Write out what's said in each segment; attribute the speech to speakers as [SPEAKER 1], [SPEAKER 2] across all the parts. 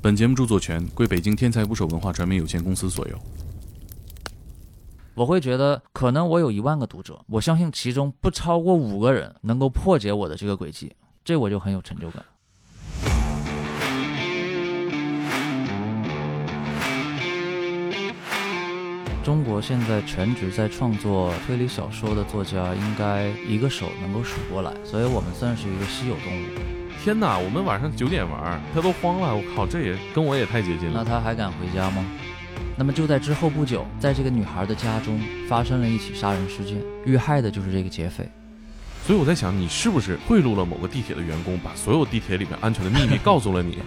[SPEAKER 1] 本节目著作权归北京天才捕手文化传媒有限公司所有。
[SPEAKER 2] 我会觉得，可能我有一万个读者，我相信其中不超过五个人能够破解我的这个轨迹，这我就很有成就感。中国现在全职在创作推理小说的作家，应该一个手能够数过来，所以我们算是一个稀有动物。
[SPEAKER 3] 天哪，我们晚上九点玩儿，他都慌了。我靠，这也跟我也太接近
[SPEAKER 2] 那
[SPEAKER 3] 了。
[SPEAKER 2] 他还敢回家吗？那么就在之后不久，在这个女孩的家中发生了一起杀人事件，遇害的就是这个劫匪。
[SPEAKER 3] 所以我在想，你是不是贿赂了某个地铁的员工，把所有地铁里面安全的秘密告诉了 你？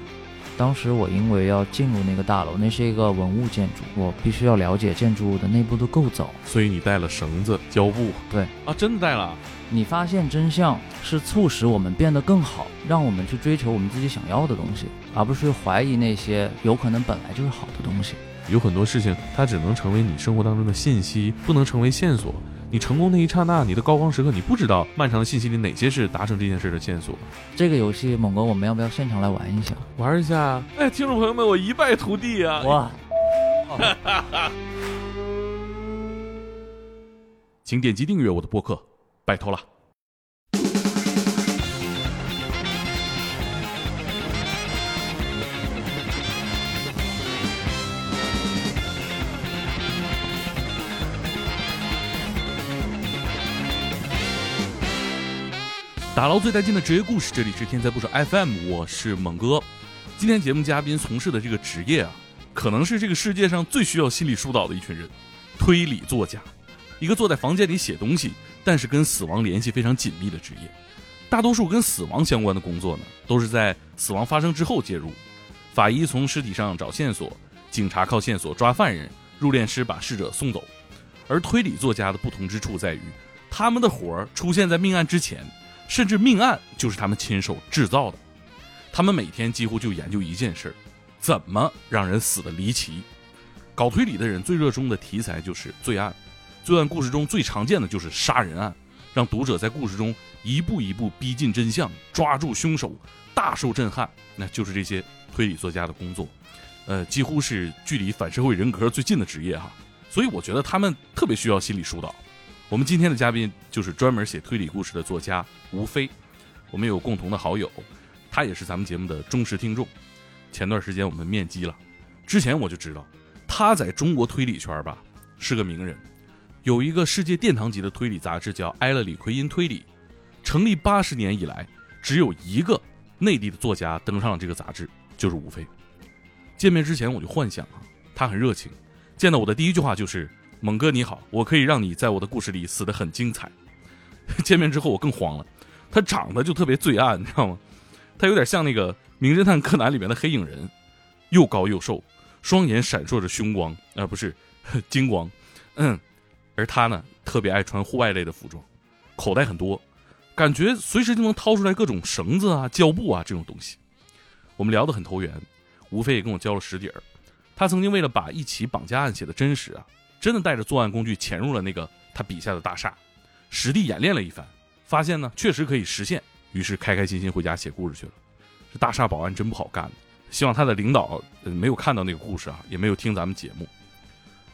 [SPEAKER 2] 当时我因为要进入那个大楼，那是一个文物建筑，我必须要了解建筑物的内部的构造。
[SPEAKER 3] 所以你带了绳子、胶布。
[SPEAKER 2] 对
[SPEAKER 3] 啊，真的带了。
[SPEAKER 2] 你发现真相是促使我们变得更好，让我们去追求我们自己想要的东西，而不是怀疑那些有可能本来就是好的东西。
[SPEAKER 3] 有很多事情，它只能成为你生活当中的信息，不能成为线索。你成功那一刹那，你的高光时刻，你不知道漫长的信息里哪些是达成这件事的线索。
[SPEAKER 2] 这个游戏，猛哥，我们要不要现场来玩一下？
[SPEAKER 3] 玩一下，哎，听众朋友们，我一败涂地啊！
[SPEAKER 2] 哇！
[SPEAKER 1] 请点击订阅我的播客，拜托了。打捞最带劲的职业故事，这里是天才不手 FM，我是猛哥。今天节目嘉宾从事的这个职业啊，可能是这个世界上最需要心理疏导的一群人——推理作家。一个坐在房间里写东西，但是跟死亡联系非常紧密的职业。大多数跟死亡相关的工作呢，都是在死亡发生之后介入。法医从尸体上找线索，警察靠线索抓犯人，入殓师把逝者送走。而推理作家的不同之处在于，他们的活儿出现在命案之前，甚至命案就是他们亲手制造的。他们每天几乎就研究一件事儿：怎么让人死的离奇。搞推理的人最热衷的题材就是罪案。罪案故事中最常见的就是杀人案，让读者在故事中一步一步逼近真相，抓住凶手，大受震撼。那就是这些推理作家的工作，呃，几乎是距离反社会人格最近的职业哈。所以我觉得他们特别需要心理疏导。我们今天的嘉宾就是专门写推理故事的作家吴飞，我们有共同的好友，他也是咱们节目的忠实听众。前段时间我们面基了，之前我就知道他在中国推理圈儿吧是个名人。有一个世界殿堂级的推理杂志叫《埃勒里奎因推理》，成立八十年以来，只有一个内地的作家登上了这个杂志，就是吴飞。见面之前我就幻想啊，他很热情，见到我的第一句话就是“猛哥你好，我可以让你在我的故事里死得很精彩”。 见面之后我更慌了，他长得就特别罪案，你知道吗？他有点像那个《名侦探柯南》里面的黑影人，又高又瘦，双眼闪烁着凶光，啊、不是 金光，嗯。而他呢，特别爱穿户外类的服装，口袋很多，感觉随时就能掏出来各种绳子啊、胶布啊这种东西。我们聊得很投缘，吴非也跟我交了实底儿。他曾经为了把一起绑架案写的真实啊，真的带着作案工具潜入了那个他笔下的大厦，实地演练了一番，发现呢确实可以实现，于是开开心心回家写故事去了。这大厦保安真不好干，希望他的领导、呃没有看到那个故事啊，也没有听咱们节目。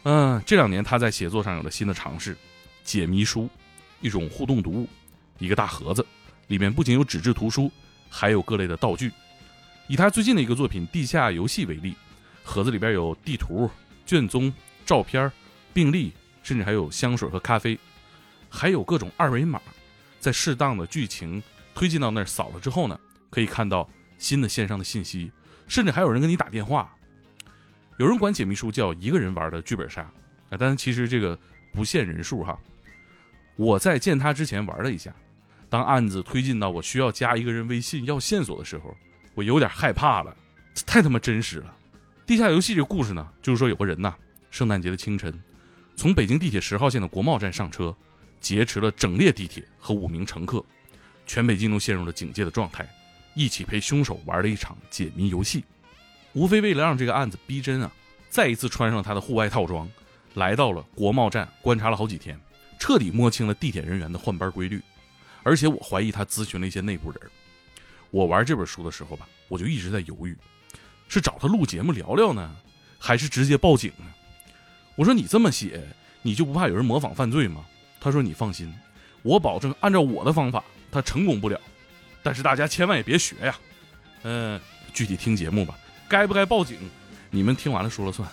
[SPEAKER 1] 嗯，这两年他在写作上有了新的尝试，解谜书，一种互动读物，一个大盒子，里面不仅有纸质图书，还有各类的道具。以他最近的一个作品《地下游戏》为例，盒子里边有地图、卷宗、照片、病历，甚至还有香水和咖啡，还有各种二维码。在适当的剧情推进到那儿扫了之后呢，可以看到新的线上的信息，甚至还有人跟你打电话，有人管解谜书叫一个人玩的剧本杀啊，但是其实这个不限人数哈。我在见他之前玩了一下，当案子推进到我需要加一个人微信要线索的时候，我有点害怕了，这太他妈真实了。地下游戏这个故事呢，就是说有个人呐，圣诞节的清晨，从北京地铁十号线的国贸站上车，劫持了整列地铁和五名乘客，全北京都陷入了警戒的状态，一起陪凶手玩了一场解谜游戏。无非为了让这个案子逼真啊，再一次穿上他的户外套装，来到了国贸站，观察了好几天，彻底摸清了地铁人员的换班规律。而且我怀疑他咨询了一些内部人儿。我玩这本书的时候吧，我就一直在犹豫，
[SPEAKER 4] 是找他录节目聊聊呢，还是直接报警呢？我说你这么写，你就不怕有人模仿犯罪吗？他说你放心，我保证按照我的方法，他成功不了。但是大家千万也别学呀。嗯、具体听节目吧，该不该报警，你们听完了说了算。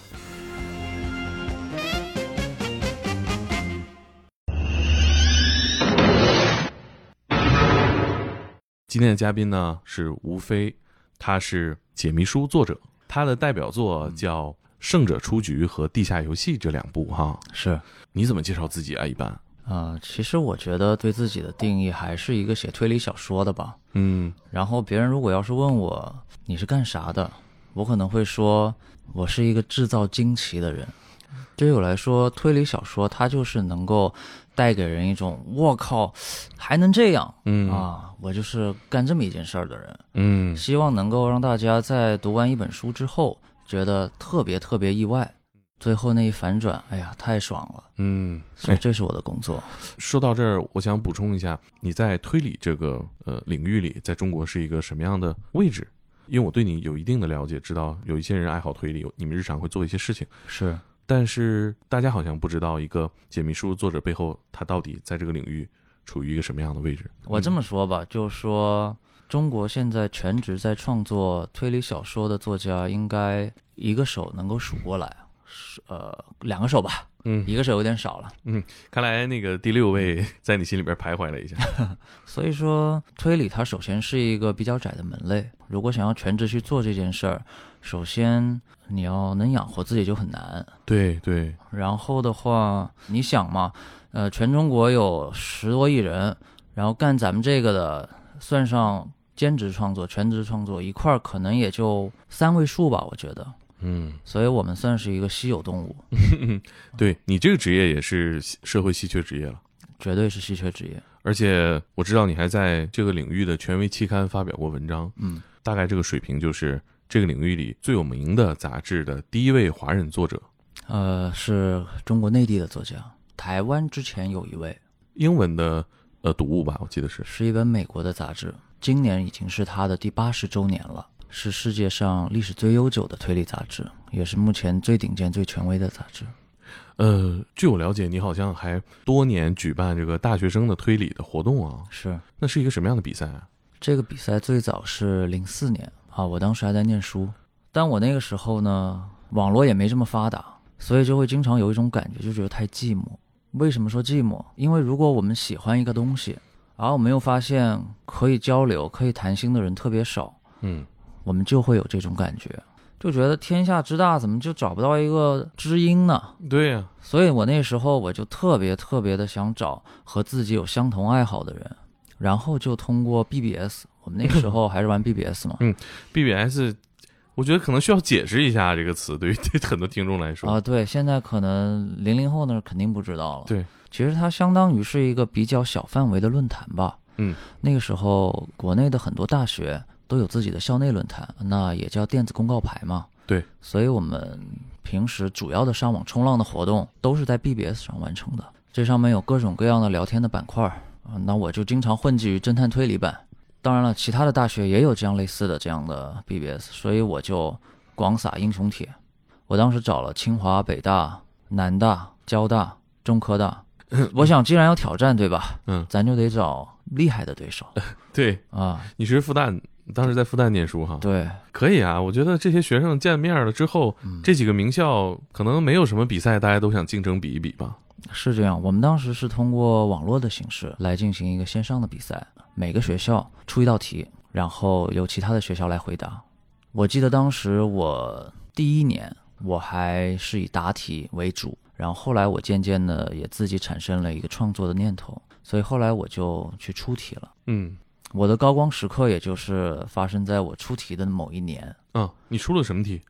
[SPEAKER 1] 今天的嘉宾呢是吴飞，他是解谜书作者，他的代表作叫《胜者出局》和《地下游戏》这两部哈。
[SPEAKER 2] 是。
[SPEAKER 1] 你怎么介绍自己啊？一般，
[SPEAKER 2] 呃，其实我觉得对自己的定义还是一个写推理小说的吧。
[SPEAKER 1] 嗯，
[SPEAKER 2] 然后别人如果要是问我你是干啥的，我可能会说我是一个制造惊奇的人。对于我来说，推理小说它就是能够带给人一种我靠，还能这样，
[SPEAKER 1] 嗯
[SPEAKER 2] 啊，我就是干这么一件事儿的人。
[SPEAKER 1] 嗯
[SPEAKER 2] 希望能够让大家在读完一本书之后，觉得特别特别意外，最后那一反转，哎呀，太爽了！
[SPEAKER 1] 嗯。
[SPEAKER 2] 所以这是我的工作。
[SPEAKER 1] 说到这儿，我想补充一下，你在推理这个呃领域里，在中国是一个什么样的位置？因为我对你有一定的了解，知道有一些人爱好推理，有你们日常会做一些事情，
[SPEAKER 2] 是，
[SPEAKER 1] 但是大家好像不知道一个解谜书作者背后他到底在这个领域处于一个什么样的位置。
[SPEAKER 2] 我这么说吧，就说中国现在全职在创作推理小说的作家，应该一个手能够数过来，啊是呃，两个手吧，
[SPEAKER 1] 嗯，
[SPEAKER 2] 一个手有点少了。
[SPEAKER 1] 看来那个第六位在你心里边徘徊了 一下。
[SPEAKER 2] 所以说，推理它首先是一个比较窄的门类。如果想要全职去做这件事儿，首先你要能养活自己就很难。
[SPEAKER 1] 对对，
[SPEAKER 2] 然后的话，你想嘛，呃，全中国有十多亿人，然后干咱们这个的，算上兼职创作、全职创作一块儿，可能也就三位数吧，我觉得。
[SPEAKER 1] 嗯，
[SPEAKER 2] 所以我们算是一个稀有动物，
[SPEAKER 1] 对你这个职业也是社会稀缺职业了。
[SPEAKER 2] 绝对是稀缺职业。
[SPEAKER 1] 而且我知道你还在这个领域的权威期刊发表过文章，
[SPEAKER 2] 嗯，
[SPEAKER 1] 大概这个水平就是这个领域里最有名的杂志的第一位华人作者，
[SPEAKER 2] 呃，是中国内地的作家，台湾之前有一位，
[SPEAKER 1] 英文的呃读物吧，我记得是。
[SPEAKER 2] 是一本美国的杂志，今年已经是它的第八十周年了，是世界上历史最悠久的推理杂志，也是目前最顶尖、最权威的杂志。
[SPEAKER 1] 呃，据我了解，你好像还多年举办这个大学生的推理的活动啊，
[SPEAKER 2] 是
[SPEAKER 1] 那是一个什么样的比赛啊？
[SPEAKER 2] 这个比赛最早是零四年啊，我当时还在念书，但我那个时候呢，网络也没这么发达，所以就会经常有一种感觉，就觉得太寂寞。为什么说寂寞？因为如果我们喜欢一个东西，而我们又发现可以交流、可以谈心的人特别少，
[SPEAKER 1] 嗯
[SPEAKER 2] 我们就会有这种感觉，就觉得天下之大，怎么就找不到一个知音呢？，
[SPEAKER 1] 对呀、
[SPEAKER 2] 所以我那时候我就特别特别的想找和自己有相同爱好的人，然后就通过 BBS，我们那个时候还是玩 BBS 嘛，
[SPEAKER 1] BBS，我觉得可能需要解释一下这个词，对于对很多听众来说，
[SPEAKER 2] 啊，对，现在可能零零后那儿肯定不知道了。
[SPEAKER 1] 对，
[SPEAKER 2] 其实它相当于是一个比较小范围的论坛吧。
[SPEAKER 1] 嗯，
[SPEAKER 2] 那个时候国内的很多大学都有自己的校内论坛，那也叫电子公告牌嘛。
[SPEAKER 1] 对，
[SPEAKER 2] 所以我们平时主要的上网冲浪的活动都是在 BBS 上完成的，这上面有各种各样的聊天的板块儿啊。那我就经常混迹于侦探推理版。当然了，其他的大学也有这样类似的这样的 BBS，所以我就广撒英雄帖。我当时找了清华、北大、南大、交大、中科大，我想既然要挑战，对吧？
[SPEAKER 1] 嗯
[SPEAKER 2] 咱就得找厉害的对手
[SPEAKER 1] 对，
[SPEAKER 2] 啊。
[SPEAKER 1] 你是复旦，当时在复旦念书哈，
[SPEAKER 2] 对，
[SPEAKER 1] 可以啊，我觉得这些学生见面了之后，这几个名校可能没有什么比赛，大家都想竞争比一比吧。
[SPEAKER 2] 是这样。我们当时是通过网络的形式来进行一个线上的比赛，每个学校出一道题，然后由其他的学校来回答。我记得当时我第一年我还是以答题为主，然后后来我渐渐的也自己产生了一个创作的念头，所以后来我就去出题了。
[SPEAKER 1] 嗯，
[SPEAKER 2] 我的高光时刻，也就是发生在我出题的某一年，
[SPEAKER 1] 啊，你出了什么题？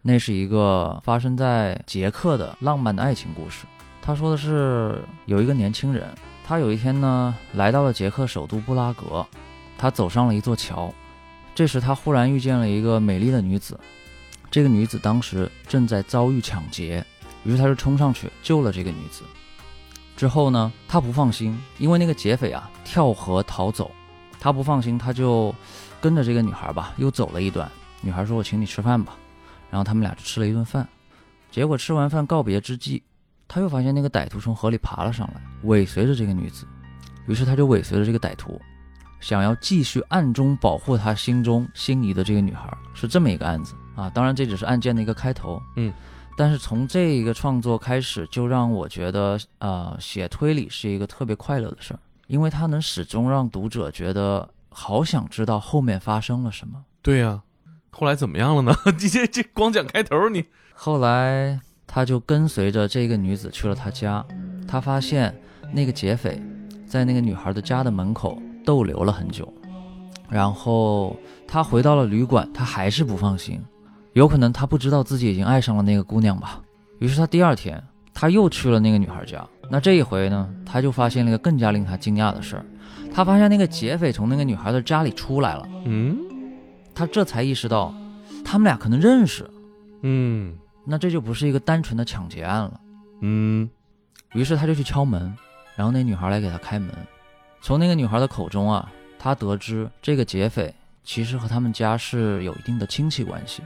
[SPEAKER 2] 那是一个发生在捷克的浪漫的爱情故事。他说的是有一个年轻人，他有一天呢来到了捷克首都布拉格，他走上了一座桥，这时他忽然遇见了一个美丽的女子，这个女子当时正在遭遇抢劫，于是他就冲上去救了这个女子。之后呢，他不放心，因为那个劫匪啊跳河逃走，他不放心，他就跟着这个女孩吧又走了一段，女孩说：“我请你吃饭吧。”然后他们俩就吃了一顿饭。结果吃完饭告别之际，他又发现那个歹徒从河里爬了上来，尾随着这个女子。于是他就尾随着这个歹徒，想要继续暗中保护他心中心仪的这个女孩，是这么一个案子啊。当然，这只是案件的一个开头。
[SPEAKER 1] 嗯，
[SPEAKER 2] 但是从这一个创作开始，就让我觉得啊、呃写推理是一个特别快乐的事儿，因为它能始终让读者觉得好想知道后面发生了什么。
[SPEAKER 1] 对呀、后来怎么样了呢？ 你这这光讲开头，你
[SPEAKER 2] 后来他就跟随着这个女子去了她家，他发现那个劫匪在那个女孩的家的门口逗留了很久，然后他回到了旅馆，他还是不放心，有可能他不知道自己已经爱上了那个姑娘吧。于是他第二天他又去了那个女孩家，那这一回呢，他就发现了一个更加令他惊讶的事儿，他发现那个劫匪从那个女孩的家里出来了，
[SPEAKER 1] 嗯
[SPEAKER 2] 他这才意识到 他们俩可能认识，
[SPEAKER 1] 嗯
[SPEAKER 2] 那这就不是一个单纯的抢劫案了。
[SPEAKER 1] 嗯
[SPEAKER 2] 于是他就去敲门，然后那女孩来给他开门。从那个女孩的口中啊，他得知这个劫匪其实和他们家是有一定的亲戚关系。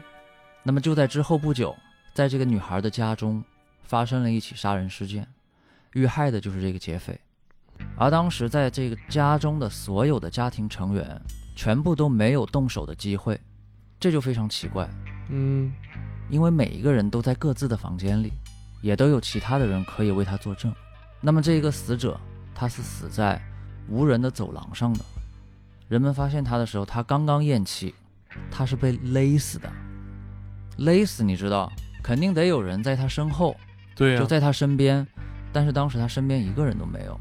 [SPEAKER 2] 那么就在之后不久，在这个女孩的家中发生了一起杀人事件，遇害的就是这个劫匪。而当时在这个家中的所有的家庭成员全部都没有动手的机会，这就非常奇怪。
[SPEAKER 1] 嗯
[SPEAKER 2] 因为每一个人都在各自的房间里，也都有其他的人可以为他作证。那么这个死者，他是死在无人的走廊上的。人们发现他的时候，他刚刚咽气，他是被勒死的。勒死，你知道，肯定得有人在他身后，
[SPEAKER 1] 对呀、
[SPEAKER 2] 就在他身边，但是当时他身边一个人都没有，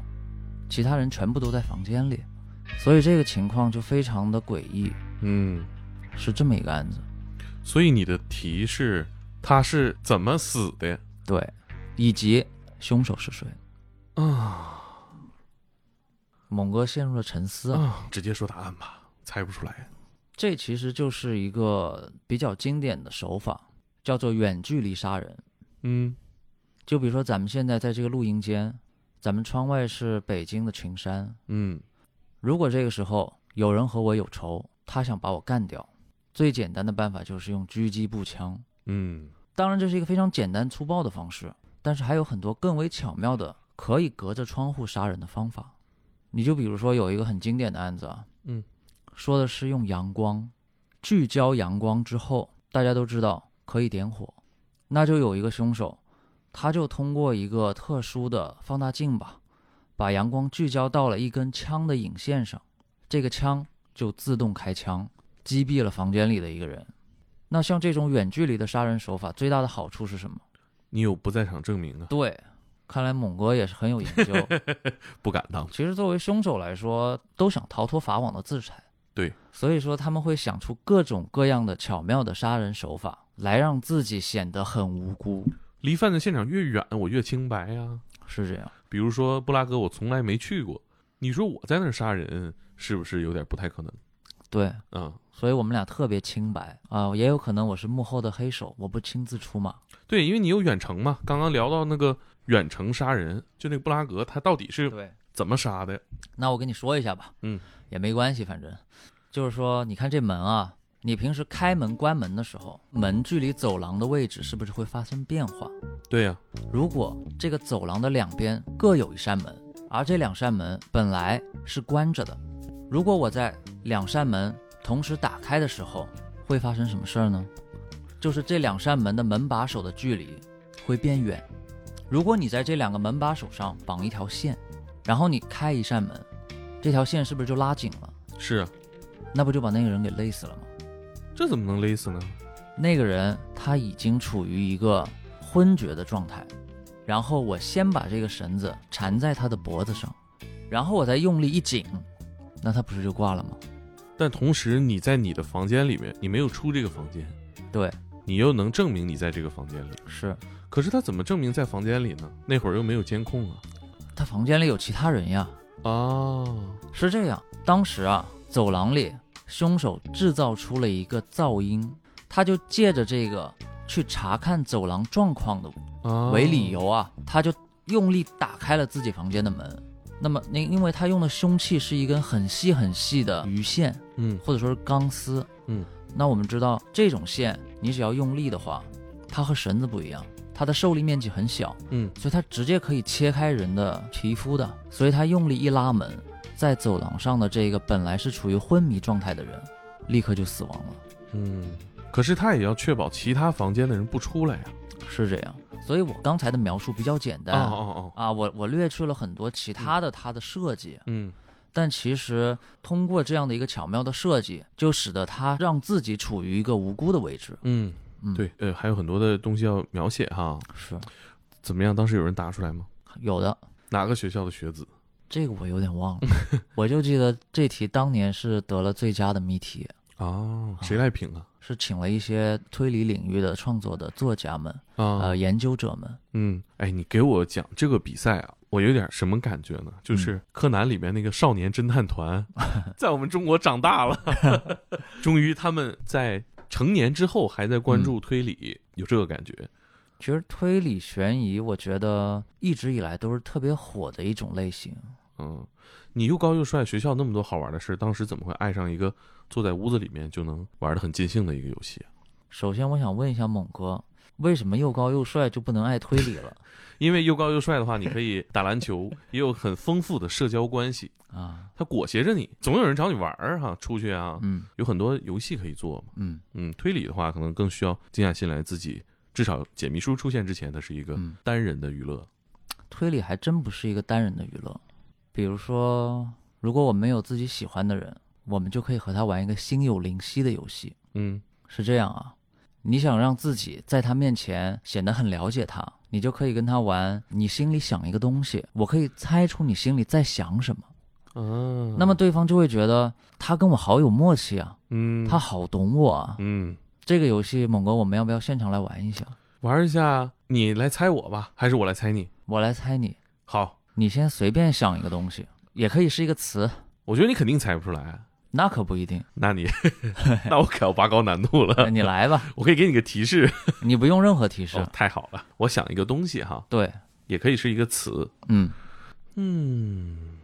[SPEAKER 2] 其他人全部都在房间里，所以这个情况就非常的诡异，
[SPEAKER 1] 嗯，
[SPEAKER 2] 是这么一个案子。
[SPEAKER 1] 所以你的题是他是怎么死的
[SPEAKER 2] 对，以及凶手是谁。
[SPEAKER 1] 啊
[SPEAKER 2] 猛哥陷入了沉思。
[SPEAKER 1] 啊？直接说答案吧，猜不出来。
[SPEAKER 2] 这其实就是一个比较经典的手法，叫做远距离杀人。
[SPEAKER 1] 嗯
[SPEAKER 2] 就比如说咱们现在在这个录音间，咱们窗外是北京的群山。
[SPEAKER 1] 嗯
[SPEAKER 2] 如果这个时候有人和我有仇，他想把我干掉，最简单的办法就是用狙击步枪。
[SPEAKER 1] 嗯
[SPEAKER 2] 当然，这是一个非常简单粗暴的方式，但是还有很多更为巧妙的可以隔着窗户杀人的方法。你就比如说有一个很经典的案子啊，
[SPEAKER 1] 嗯，
[SPEAKER 2] 说的是用阳光聚焦阳光之后，大家都知道可以点火，那就有一个凶手，他就通过一个特殊的放大镜吧，把阳光聚焦到了一根枪的引线上，这个枪就自动开枪，击毙了房间里的一个人。那像这种远距离的杀人手法，最大的好处是什么？
[SPEAKER 1] 你有不在场证明啊？
[SPEAKER 2] 对，看来猛哥也是很有研 究。
[SPEAKER 1] 不敢当。
[SPEAKER 2] 其实作为凶手来说，都想逃脱法网的制裁。
[SPEAKER 1] 对，
[SPEAKER 2] 所以说他们会想出各种各样的巧妙的杀人手法，来让自己显得很无辜。
[SPEAKER 1] 离犯罪现场越远，我越清白呀、
[SPEAKER 2] 是这样，
[SPEAKER 1] 比如说布拉格，我从来没去过，你说我在那儿杀人，是不是有点不太可能？
[SPEAKER 2] 对，
[SPEAKER 1] 啊、
[SPEAKER 2] 所以我们俩特别清白啊、也有可能我是幕后的黑手，我不亲自出马。
[SPEAKER 1] 对，因为你有远程嘛。刚刚聊到那个远程杀人，就那个布拉格，他到底是
[SPEAKER 2] 对，
[SPEAKER 1] 怎么杀的？
[SPEAKER 2] 那我跟你说一下吧，
[SPEAKER 1] 嗯，
[SPEAKER 2] 也没关系，反正就是说，你看这门啊，你平时开门关门的时候，门距离走廊的位置是不是会发生变化？
[SPEAKER 1] 对呀、
[SPEAKER 2] 如果这个走廊的两边各有一扇门，而这两扇门本来是关着的，如果我在两扇门同时打开的时候，会发生什么事儿呢？就是这两扇门的门把手的距离会变远。如果你在这两个门把手上绑一条线，然后你开一扇门，这条线是不是就拉紧了？
[SPEAKER 1] 是啊，
[SPEAKER 2] 那不就把那个人给勒死了吗？
[SPEAKER 1] 这怎么能勒死呢？
[SPEAKER 2] 那个人他已经处于一个昏厥的状态，然后我先把这个绳子缠在他的脖子上，然后我再用力一紧，那他不是就挂了吗？
[SPEAKER 1] 但同时你在你的房间里面，你没有出这个房间，
[SPEAKER 2] 对，
[SPEAKER 1] 你又能证明你在这个房间里。
[SPEAKER 2] 是
[SPEAKER 1] 可是他怎么证明在房间里呢？那会儿又没有监控啊。
[SPEAKER 2] 他房间里有其他人呀。
[SPEAKER 1] 啊，
[SPEAKER 2] 是这样，当时啊，走廊里凶手制造出了一个噪音，他就借着这个去查看走廊状况的
[SPEAKER 1] 啊
[SPEAKER 2] 为理，由啊，他就用力打开了自己房间的门。那么，那因为他用的凶器是一根很细很细的鱼线，
[SPEAKER 1] 嗯
[SPEAKER 2] 或者说是钢丝，
[SPEAKER 1] 嗯，
[SPEAKER 2] 那我们知道，这种线你只要用力的话，它和绳子不一样，它的受力面积很小，
[SPEAKER 1] 嗯，
[SPEAKER 2] 所以它直接可以切开人的皮肤的。所以它用力一拉门，在走廊上的这个本来是处于昏迷状态的人，立刻就死亡了。
[SPEAKER 1] 嗯，可是他也要确保其他房间的人不出来呀、
[SPEAKER 2] 是这样，所以我刚才的描述比较简单
[SPEAKER 1] 哦哦哦，
[SPEAKER 2] 啊，我我略去了很多其他的它的设计，
[SPEAKER 1] 嗯
[SPEAKER 2] 但其实通过这样的一个巧妙的设计，就使得它让自己处于一个无辜的位置。
[SPEAKER 1] 嗯，
[SPEAKER 2] 嗯，，
[SPEAKER 1] 对，呃，还有很多的东西要描写哈。
[SPEAKER 2] 是
[SPEAKER 1] 怎么样？当时有人答出来吗？
[SPEAKER 2] 有的。
[SPEAKER 1] 哪个学校的学子？
[SPEAKER 2] 这个我有点忘了， 我就记得这题当年是得了最佳的谜题，
[SPEAKER 1] 哦，谁来评啊？
[SPEAKER 2] 是请了一些推理领域的创作的作家们、
[SPEAKER 1] 啊
[SPEAKER 2] 呃，研究者们。
[SPEAKER 1] 嗯，哎，你给我讲这个比赛啊，我有点什么感觉呢？就是柯南里面那个少年侦探团，在我们中国长大了，终于他们在成年之后还在关注推理，有这个感觉。
[SPEAKER 2] 其实推理悬疑，我觉得一直以来都是特别火的一种类型。
[SPEAKER 1] 嗯，你又高又帅，学校那么多好玩的事，当时怎么会爱上一个坐在屋子里面就能玩的很尽兴的一个游戏啊？
[SPEAKER 2] 首先，我想问一下猛哥，为什么又高又帅就不能爱推理了
[SPEAKER 1] 因为又高又帅的话，你可以打篮球，也有很丰富的社交关系，
[SPEAKER 2] 啊？
[SPEAKER 1] 它裹挟着你，总有人找你玩儿、哈，出去啊，
[SPEAKER 2] 嗯
[SPEAKER 1] 有很多游戏可以做嘛。
[SPEAKER 2] 嗯
[SPEAKER 1] 嗯，推理的话，可能更需要静下心来自己。至少解谜书出现之前，它是一个
[SPEAKER 2] 嗯，
[SPEAKER 1] 单人的娱乐。
[SPEAKER 2] 推理还真不是一个单人的娱乐。比如说，如果我们有自己喜欢的人，我们就可以和他玩一个心有灵犀的游戏。
[SPEAKER 1] 嗯
[SPEAKER 2] 是这样啊，你想让自己在他面前显得很了解他，你就可以跟他玩。你心里想一个东西，我可以猜出你心里在想什么，
[SPEAKER 1] 啊，
[SPEAKER 2] 那么对方就会觉得他跟我好有默契啊，
[SPEAKER 1] 嗯，
[SPEAKER 2] 他好懂我啊。
[SPEAKER 1] 嗯，
[SPEAKER 2] 这个游戏，猛哥，我们要不要现场来玩一下？
[SPEAKER 1] 玩一下，你来猜我吧，还是我来猜你？
[SPEAKER 2] 我来猜你，
[SPEAKER 1] 好，
[SPEAKER 2] 你先随便想一个东西，也可以是一个词，
[SPEAKER 1] 我觉得你肯定猜不出来。
[SPEAKER 2] 那可不一定。
[SPEAKER 1] 那 你，那我可要拔高难度了。
[SPEAKER 2] 你 来吧，
[SPEAKER 1] 我可以给你个提示，
[SPEAKER 2] 你不用任何提示。
[SPEAKER 1] 哦，太好了。我想一个东西哈，
[SPEAKER 2] 对，
[SPEAKER 1] 也可以是一个词。
[SPEAKER 2] 嗯
[SPEAKER 1] 嗯，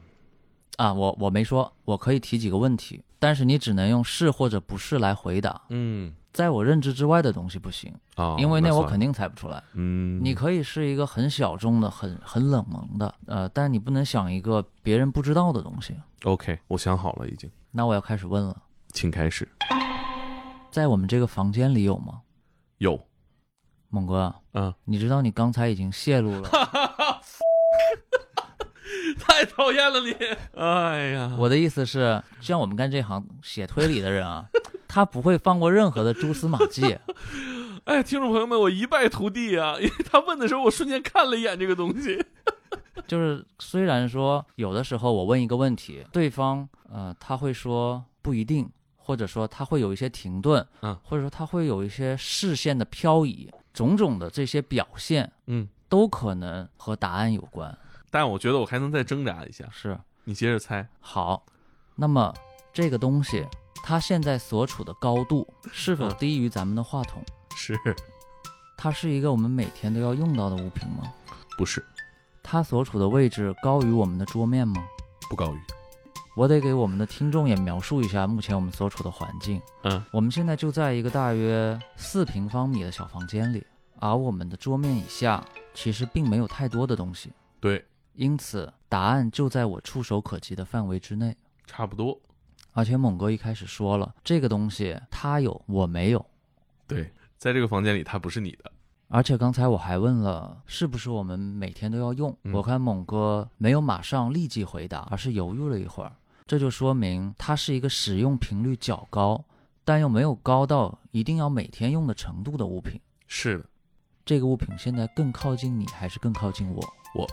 [SPEAKER 2] 啊，我我没说，我可以提几个问题，但是你只能用是或者不是来回答。
[SPEAKER 1] 嗯
[SPEAKER 2] 在我认知之外的东西不行，
[SPEAKER 1] 啊，
[SPEAKER 2] 因为那我
[SPEAKER 1] 算
[SPEAKER 2] 肯定猜不出来。
[SPEAKER 1] 嗯，
[SPEAKER 2] 你可以是一个很小众的、很很冷门的，呃，但你不能想一个别人不知道的东西。
[SPEAKER 1] OK，我想好了，已经，
[SPEAKER 2] 那我要开始问了，
[SPEAKER 1] 请开始。
[SPEAKER 2] 在我们这个房间里有吗？
[SPEAKER 1] 有，
[SPEAKER 2] 猛哥，
[SPEAKER 1] 嗯，
[SPEAKER 2] 你知道你刚才已经泄露了
[SPEAKER 1] 太讨厌了你，哎呀，
[SPEAKER 2] 我的意思是，像我们干这行写推理的人啊，他不会放过任何的蛛丝马迹。
[SPEAKER 1] 哎，听众朋友们，我一败涂地啊！因为他问的时候，我瞬间看了一眼这个东西。
[SPEAKER 2] 就是虽然说有的时候我问一个问题，对方呃他会说不一定，或者说他会有一些停顿，
[SPEAKER 1] 嗯
[SPEAKER 2] 或者说他会有一些视线的漂移，种种的这些表现
[SPEAKER 1] 嗯，
[SPEAKER 2] 都可能和答案有关。
[SPEAKER 1] 但我觉得我还能再挣扎一下。
[SPEAKER 2] 是
[SPEAKER 1] 你接着猜，
[SPEAKER 2] 好，那么这个东西它现在所处的高度是否
[SPEAKER 1] 嗯
[SPEAKER 2] 低于咱们的话筒？
[SPEAKER 1] 是
[SPEAKER 2] 它是一个我们每天都要用到的物品吗？
[SPEAKER 1] 不是
[SPEAKER 2] 它所处的位置高于我们的桌面吗？
[SPEAKER 1] 不高于？
[SPEAKER 2] 我得给我们的听众也描述一下目前我们所处的环境。
[SPEAKER 1] 嗯，
[SPEAKER 2] 我们现在就在一个大约四平方米的小房间里，而我们的桌面以下其实并没有太多的东西，
[SPEAKER 1] 对，
[SPEAKER 2] 因此答案就在我触手可及的范围之内。
[SPEAKER 1] 差不多。
[SPEAKER 2] 而且猛哥一开始说了，这个东西他有，我没有。
[SPEAKER 1] 对，在这个房间里，它不是你的。
[SPEAKER 2] 而且刚才我还问了，是不是我们每天都要用？
[SPEAKER 1] 嗯
[SPEAKER 2] 我看猛哥没有马上立即回答，而是犹豫了一会儿，这就说明它是一个使用频率较高，但又没有高到一定要每天用的程度的物品。
[SPEAKER 1] 是的，
[SPEAKER 2] 这个物品现在更靠近你，还是更靠近我？
[SPEAKER 1] 我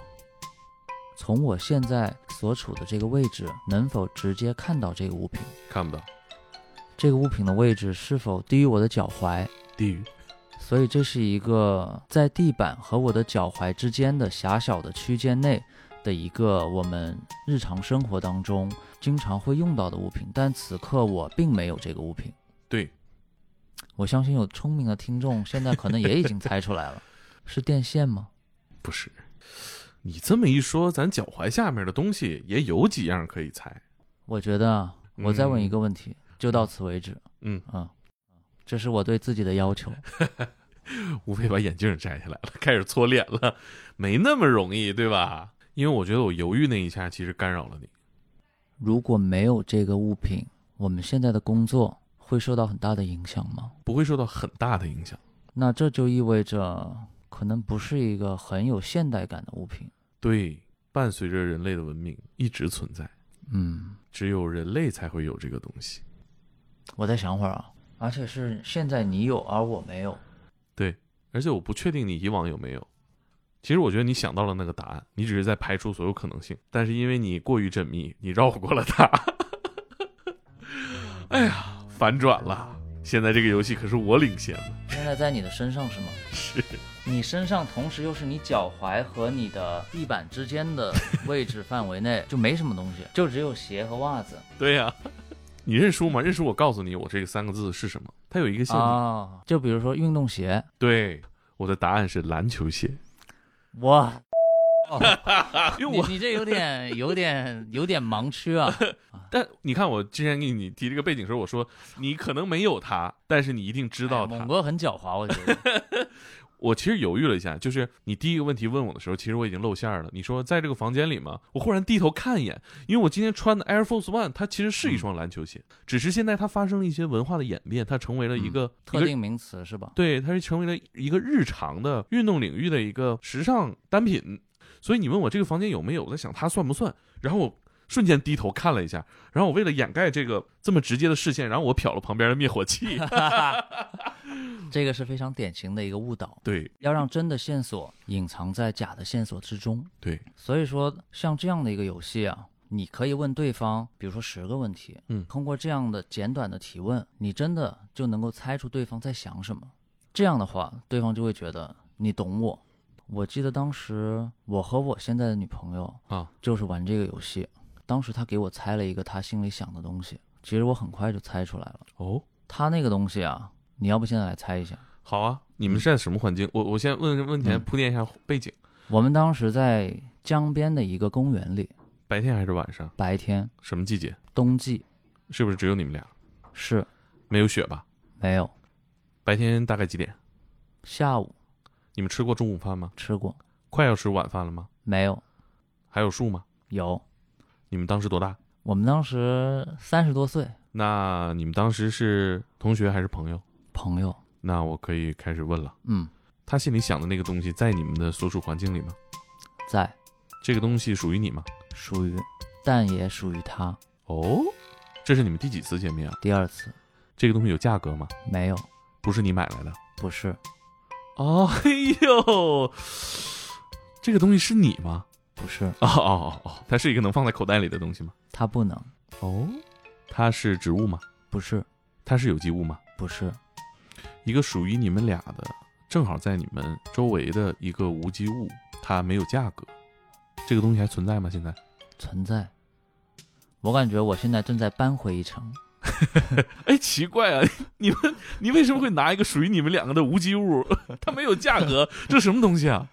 [SPEAKER 2] 从我现在所处的这个位置，能否直接看到这个物品？
[SPEAKER 1] 看不到。
[SPEAKER 2] 这个物品的位置是否低于我的脚踝？
[SPEAKER 1] 低于
[SPEAKER 2] 所以这是一个在地板和我的脚踝之间的狭小的区间内的一个我们日常生活当中经常会用到的物品，但此刻我并没有这个物品。
[SPEAKER 1] 对，
[SPEAKER 2] 我相信有聪明的听众现在可能也已经猜出来了，是电线吗？
[SPEAKER 1] 不是。你这么一说，咱脚踝下面的东西也有几样可以猜。
[SPEAKER 2] 我觉得啊，我再问一个问题，就到此为止。
[SPEAKER 1] 嗯
[SPEAKER 2] 啊，这是我对自己的要求。
[SPEAKER 1] 无非把眼镜摘下来了， 开始搓脸了，没那么容易，对吧？因为我觉得我犹豫那一下，其实干扰了你。
[SPEAKER 2] 如果没有这个物品，我们现在的工作会受到很大的影响吗？
[SPEAKER 1] 不会受到很大的影响。
[SPEAKER 2] 那这就意味着可能不是一个很有现代感的物品。
[SPEAKER 1] 对，伴随着人类的文明一直存在，
[SPEAKER 2] 嗯，
[SPEAKER 1] 只有人类才会有这个东西。
[SPEAKER 2] 我再想会儿啊，而且是现在你有而我没有，
[SPEAKER 1] 而且我不确定你以往有没有。其实我觉得你想到了那个答案，你只是在排除所有可能性，但是因为你过于缜密，你绕过了它。 哎呀，反转了！现在这个游戏可是我领先了。
[SPEAKER 2] 现在在你的身上是吗？
[SPEAKER 1] 是
[SPEAKER 2] 你身上同时又是你脚踝和你的地板之间 的位置范围内，就没什么东西，就只有鞋和袜子
[SPEAKER 1] 对呀、你认输吗？认输！我告诉你，我这个三个字是什么？它有一个
[SPEAKER 2] 啊、
[SPEAKER 1] 陷阱。
[SPEAKER 2] 就比如说运动鞋，
[SPEAKER 1] 对，我的答案是篮球鞋。
[SPEAKER 2] 哇，
[SPEAKER 1] 因为
[SPEAKER 2] 哦你
[SPEAKER 1] 我，
[SPEAKER 2] 你这有点有点有点盲区啊！
[SPEAKER 1] 但你看，我之前给你提这个背景的时候，我说你可能没有它，但是你一定 知道
[SPEAKER 2] 哎
[SPEAKER 1] 它。
[SPEAKER 2] 猛哥很狡猾，我觉 得
[SPEAKER 1] 我其实犹豫了一下，就是你第一个问题问我的时候，其实我已经露馅儿了。你说在这个房间里吗？我忽然低头看一眼，因为我今天穿的 Air Force One，它其实是一
[SPEAKER 2] 嗯
[SPEAKER 1] 双篮球鞋，只是现在它发生了一些文化的演变，它成为了一个、一
[SPEAKER 2] 特
[SPEAKER 1] 个
[SPEAKER 2] 定名词是吧？
[SPEAKER 1] 对，它是成为了一个日常的运动领域的一个时尚单品。所以你问我这个房间有没有，我在想它算不算？然后我瞬间低头看了一下，然后我为了掩盖这个这么直接的视线，然后我瞟了旁边的灭火器。
[SPEAKER 2] 这个是非常典型的一个误导，
[SPEAKER 1] 对
[SPEAKER 2] 要让真的线索隐藏在假的线索之中。
[SPEAKER 1] 对，
[SPEAKER 2] 所以说，像这样的一个游戏啊，你可以问对方，比如说十个问题，
[SPEAKER 1] 嗯
[SPEAKER 2] 通过这样的简短的提问，你真的就能够猜出对方在想什么。这样的话，对方就会觉得你懂我。我记得当时我和我现在的女朋友
[SPEAKER 1] 啊，
[SPEAKER 2] 就是玩这个游戏，当时她给我猜了一个她心里想的东西，其实我很快就猜出来了。
[SPEAKER 1] 哦，
[SPEAKER 2] 她那个东西啊，你要不现在来猜一下？
[SPEAKER 1] 好啊，你们是在什么环境？我我先问问题，
[SPEAKER 2] 嗯
[SPEAKER 1] 铺垫一下背景，
[SPEAKER 2] 我们当时在江边的一个公园里，
[SPEAKER 1] 白天还是晚上？
[SPEAKER 2] 白天
[SPEAKER 1] 什么季节？
[SPEAKER 2] 冬季
[SPEAKER 1] 是不是只有你们俩？
[SPEAKER 2] 是
[SPEAKER 1] 没有雪吧？
[SPEAKER 2] 没有，
[SPEAKER 1] 白天大概几点？
[SPEAKER 2] 下午
[SPEAKER 1] 你们吃过中午饭吗？
[SPEAKER 2] 吃过
[SPEAKER 1] 快要吃晚饭了吗？
[SPEAKER 2] 没有？
[SPEAKER 1] 还有树吗？
[SPEAKER 2] 有，
[SPEAKER 1] 你们当时多大？
[SPEAKER 2] 我们当时三十多岁，
[SPEAKER 1] 那你们当时是同学还是朋友？
[SPEAKER 2] 朋友，
[SPEAKER 1] 那我可以开始问了。
[SPEAKER 2] 嗯，
[SPEAKER 1] 他心里想的那个东西，在你们的所属环境里吗？
[SPEAKER 2] 在
[SPEAKER 1] 这个东西属于你吗？
[SPEAKER 2] 属于，但也属于他。
[SPEAKER 1] 哦，这是你们第几次见面啊？
[SPEAKER 2] 第二次
[SPEAKER 1] 这个东西有价格吗？
[SPEAKER 2] 没有，
[SPEAKER 1] 不是你买来的。
[SPEAKER 2] 不是，
[SPEAKER 1] 哦， 哎呦，这个东西是你吗？
[SPEAKER 2] 不是，
[SPEAKER 1] 哦哦哦哦，它是一个能放在口袋里的东西吗？
[SPEAKER 2] 他不能，
[SPEAKER 1] 哦，它是植物吗？
[SPEAKER 2] 不是，
[SPEAKER 1] 它是有机物吗？
[SPEAKER 2] 不是，
[SPEAKER 1] 一个属于你们俩的，正好在你们周围的一个无机物，它没有价格。这个东西还存在吗？现在？
[SPEAKER 2] 存在。我感觉我现在正在扳回一城，
[SPEAKER 1] 哎，奇怪啊， 你们你为什么会拿一个属于你们两个的无机物？ 它没有价格，这什么东西啊？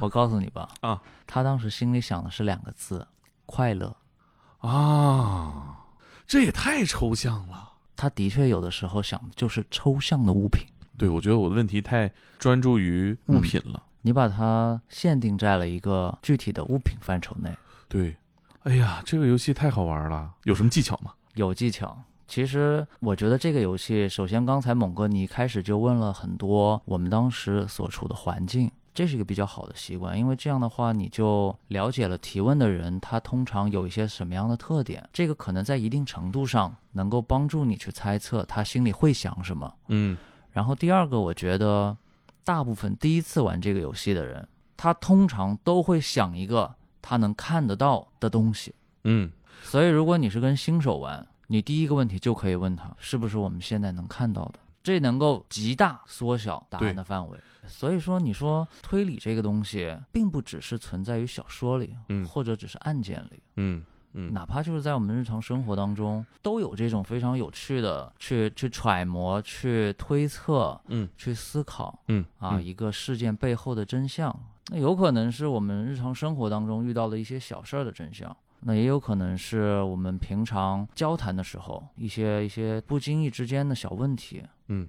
[SPEAKER 2] 我告诉你吧，
[SPEAKER 1] 啊，
[SPEAKER 2] 他当时心里想的是两个字，快乐。
[SPEAKER 1] 啊，这也太抽象了。
[SPEAKER 2] 他的确有的时候想的就是抽象的物品，
[SPEAKER 1] 对，我觉得我的问题太专注于物品了。
[SPEAKER 2] 你把它限定在了一个具体的物品范畴内，
[SPEAKER 1] 对，哎呀，这个游戏太好玩了，有什么技巧吗？
[SPEAKER 2] 有技巧。其实我觉得这个游戏，首先刚才猛哥你一开始就问了很多我们当时所处的环境，这是一个比较好的习惯，因为这样的话你就了解了提问的人他通常有一些什么样的特点，这个可能在一定程度上能够帮助你去猜测他心里会想什么。
[SPEAKER 1] 嗯，
[SPEAKER 2] 然后第二个，我觉得大部分第一次玩这个游戏的人，他通常都会想一个他能看得到的东西。
[SPEAKER 1] 嗯，
[SPEAKER 2] 所以如果你是跟新手玩，你第一个问题就可以问他是不是我们现在能看到的，这能够极大缩小答案的范围。所以说，你说推理这个东西，并不只是存在于小说里，
[SPEAKER 1] 嗯
[SPEAKER 2] 或者只是案件里，
[SPEAKER 1] 嗯，嗯，
[SPEAKER 2] 哪怕就是在我们日常生活当中，都有这种非常有趣的去去揣摩、去推测、
[SPEAKER 1] 嗯，
[SPEAKER 2] 去思考
[SPEAKER 1] 嗯
[SPEAKER 2] 啊，
[SPEAKER 1] 嗯
[SPEAKER 2] 一个事件背后的真相。那有可能是我们日常生活当中遇到的一些小事儿的真相，那也有可能是我们平常交谈的时候一些一些不经意之间的小问题。
[SPEAKER 1] 嗯，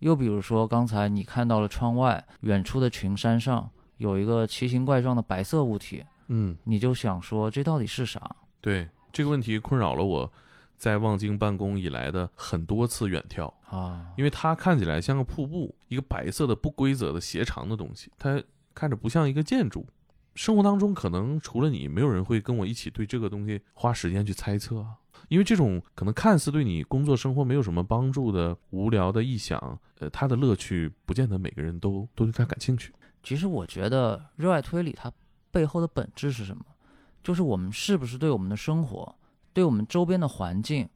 [SPEAKER 2] 又比如说，刚才你看到了窗外远处的群山上有一个奇形怪状的白色物体，
[SPEAKER 1] 嗯，
[SPEAKER 2] 你就想说这到底是啥？
[SPEAKER 1] 对这个问题困扰了我，在望京办公以来的很多次远眺，
[SPEAKER 2] 啊，
[SPEAKER 1] 因为它看起来像个瀑布，一个白色的不规则的斜长的东西，它看着不像一个建筑。生活当中可能除了你，没有人会跟我一起对这个东西花时间去猜测啊，因为这种可能看似对你工作生活没有什么帮助的无聊的臆想，呃，它的乐趣不见得每个人都都对它感兴趣。
[SPEAKER 2] 其实我觉得热爱推理它背后的本质是什么？就是我们是不是对我们的生活、对我们周边的环境，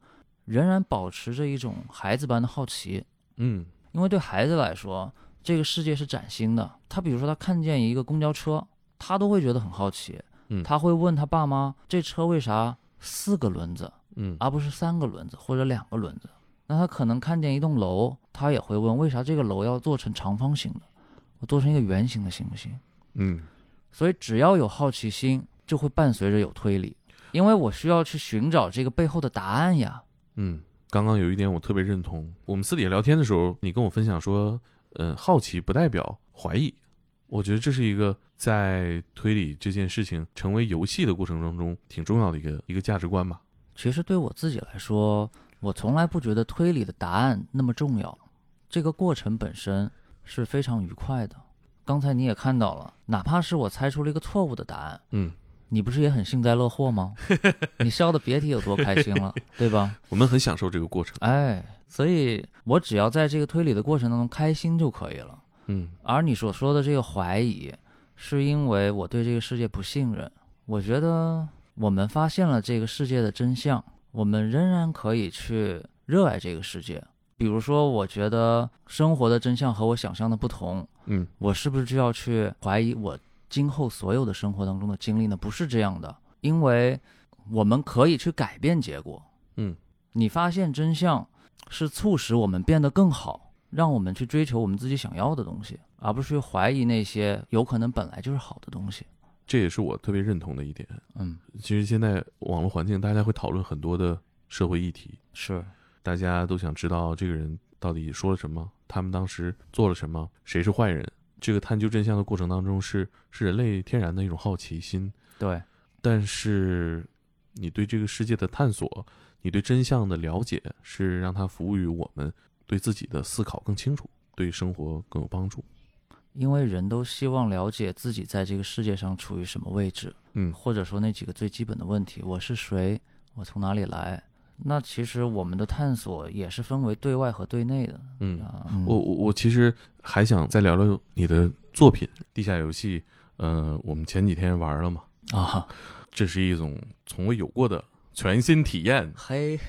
[SPEAKER 2] 仍然保持着一种孩子般的好奇。
[SPEAKER 1] 嗯
[SPEAKER 2] 因为对孩子来说，这个世界是崭新的。他比如说他看见一个公交车，他都会觉得很好奇，
[SPEAKER 1] 嗯
[SPEAKER 2] 他会问他爸妈这车为啥四个轮子，
[SPEAKER 1] 嗯
[SPEAKER 2] 而不是三个轮子或者两个轮子。那他可能看见一栋楼，他也会问为啥这个楼要做成长方形的，我做成一个圆形的行不行？
[SPEAKER 1] 嗯，
[SPEAKER 2] 所以只要有好奇心，就会伴随着有推理，因为我需要去寻找这个背后的答案呀。
[SPEAKER 1] 嗯，刚刚有一点我特别认同。我们私底下聊天的时候，你跟我分享说，嗯，好奇不代表怀疑。我觉得这是一个在推理这件事情成为游戏的过程当中挺重要的一个一个价值观吧。
[SPEAKER 2] 其实对我自己来说，我从来不觉得推理的答案那么重要，这个过程本身是非常愉快的。刚才你也看到了，哪怕是我猜出了一个错误的答案，
[SPEAKER 1] 嗯，
[SPEAKER 2] 你不是也很幸灾乐祸吗？你笑的别提有多开心了，对吧？
[SPEAKER 1] 我们很享受这个过程。
[SPEAKER 2] 哎，所以我只要在这个推理的过程当中开心就可以了。
[SPEAKER 1] 嗯
[SPEAKER 2] 而你所说的这个怀疑，是因为我对这个世界不信任。我觉得我们发现了这个世界的真相，我们仍然可以去热爱这个世界。比如说，我觉得生活的真相和我想象的不同，
[SPEAKER 1] 嗯
[SPEAKER 2] 我是不是就要去怀疑我今后所有的生活当中的经历呢？不是这样的，因为我们可以去改变结果。
[SPEAKER 1] 嗯，
[SPEAKER 2] 你发现真相是促使我们变得更好，让我们去追求我们自己想要的东西，而不是去怀疑那些有可能本来就是好的东西。
[SPEAKER 1] 这也是我特别认同的一点。
[SPEAKER 2] 嗯，
[SPEAKER 1] 其实现在网络环境，大家会讨论很多的社会议题，
[SPEAKER 2] 是，
[SPEAKER 1] 大家都想知道这个人到底说了什么，他们当时做了什么，谁是坏人。这个探究真相的过程当中是，是人类天然的一种好奇心，
[SPEAKER 2] 对，
[SPEAKER 1] 但是你对这个世界的探索，你对真相的了解，是让它服务于我们对自己的思考更清楚，对生活更有帮助。
[SPEAKER 2] 因为人都希望了解自己在这个世界上处于什么位置，
[SPEAKER 1] 嗯
[SPEAKER 2] 或者说那几个最基本的问题：我是谁？我从哪里来？那其实我们的探索也是分为对外和对内的
[SPEAKER 1] 嗯，
[SPEAKER 2] 啊。
[SPEAKER 1] 我我我其实还想再聊聊你的作品《地下游戏》。呃，我们前几天玩了嘛，
[SPEAKER 2] 啊，
[SPEAKER 1] 这是一种从未有过的全新体验，
[SPEAKER 2] 嘿，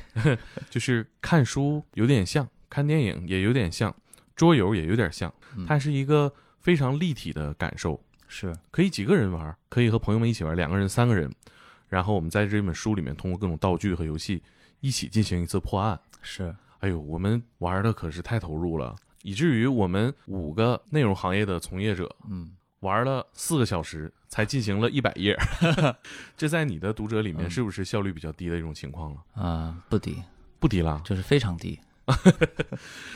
[SPEAKER 1] 就是看书有点像，看电影也有点像，桌游也有点像，
[SPEAKER 2] 嗯
[SPEAKER 1] 它是一个非常立体的感受。
[SPEAKER 2] 是
[SPEAKER 1] 可以几个人玩，可以和朋友们一起玩，两个人、三个人。然后我们在这本书里面，通过各种道具和游戏，一起进行一次破案。
[SPEAKER 2] 是，
[SPEAKER 1] 哎呦，我们玩的可是太投入了，以至于我们五个内容行业的从业者
[SPEAKER 2] 嗯，
[SPEAKER 1] 玩了四个小时，才进行了一百页。这在你的读者里面
[SPEAKER 2] 嗯
[SPEAKER 1] 是不是效率比较低的一种情 况了？
[SPEAKER 2] 啊、不低，
[SPEAKER 1] 不低啦，
[SPEAKER 2] 就是非常低。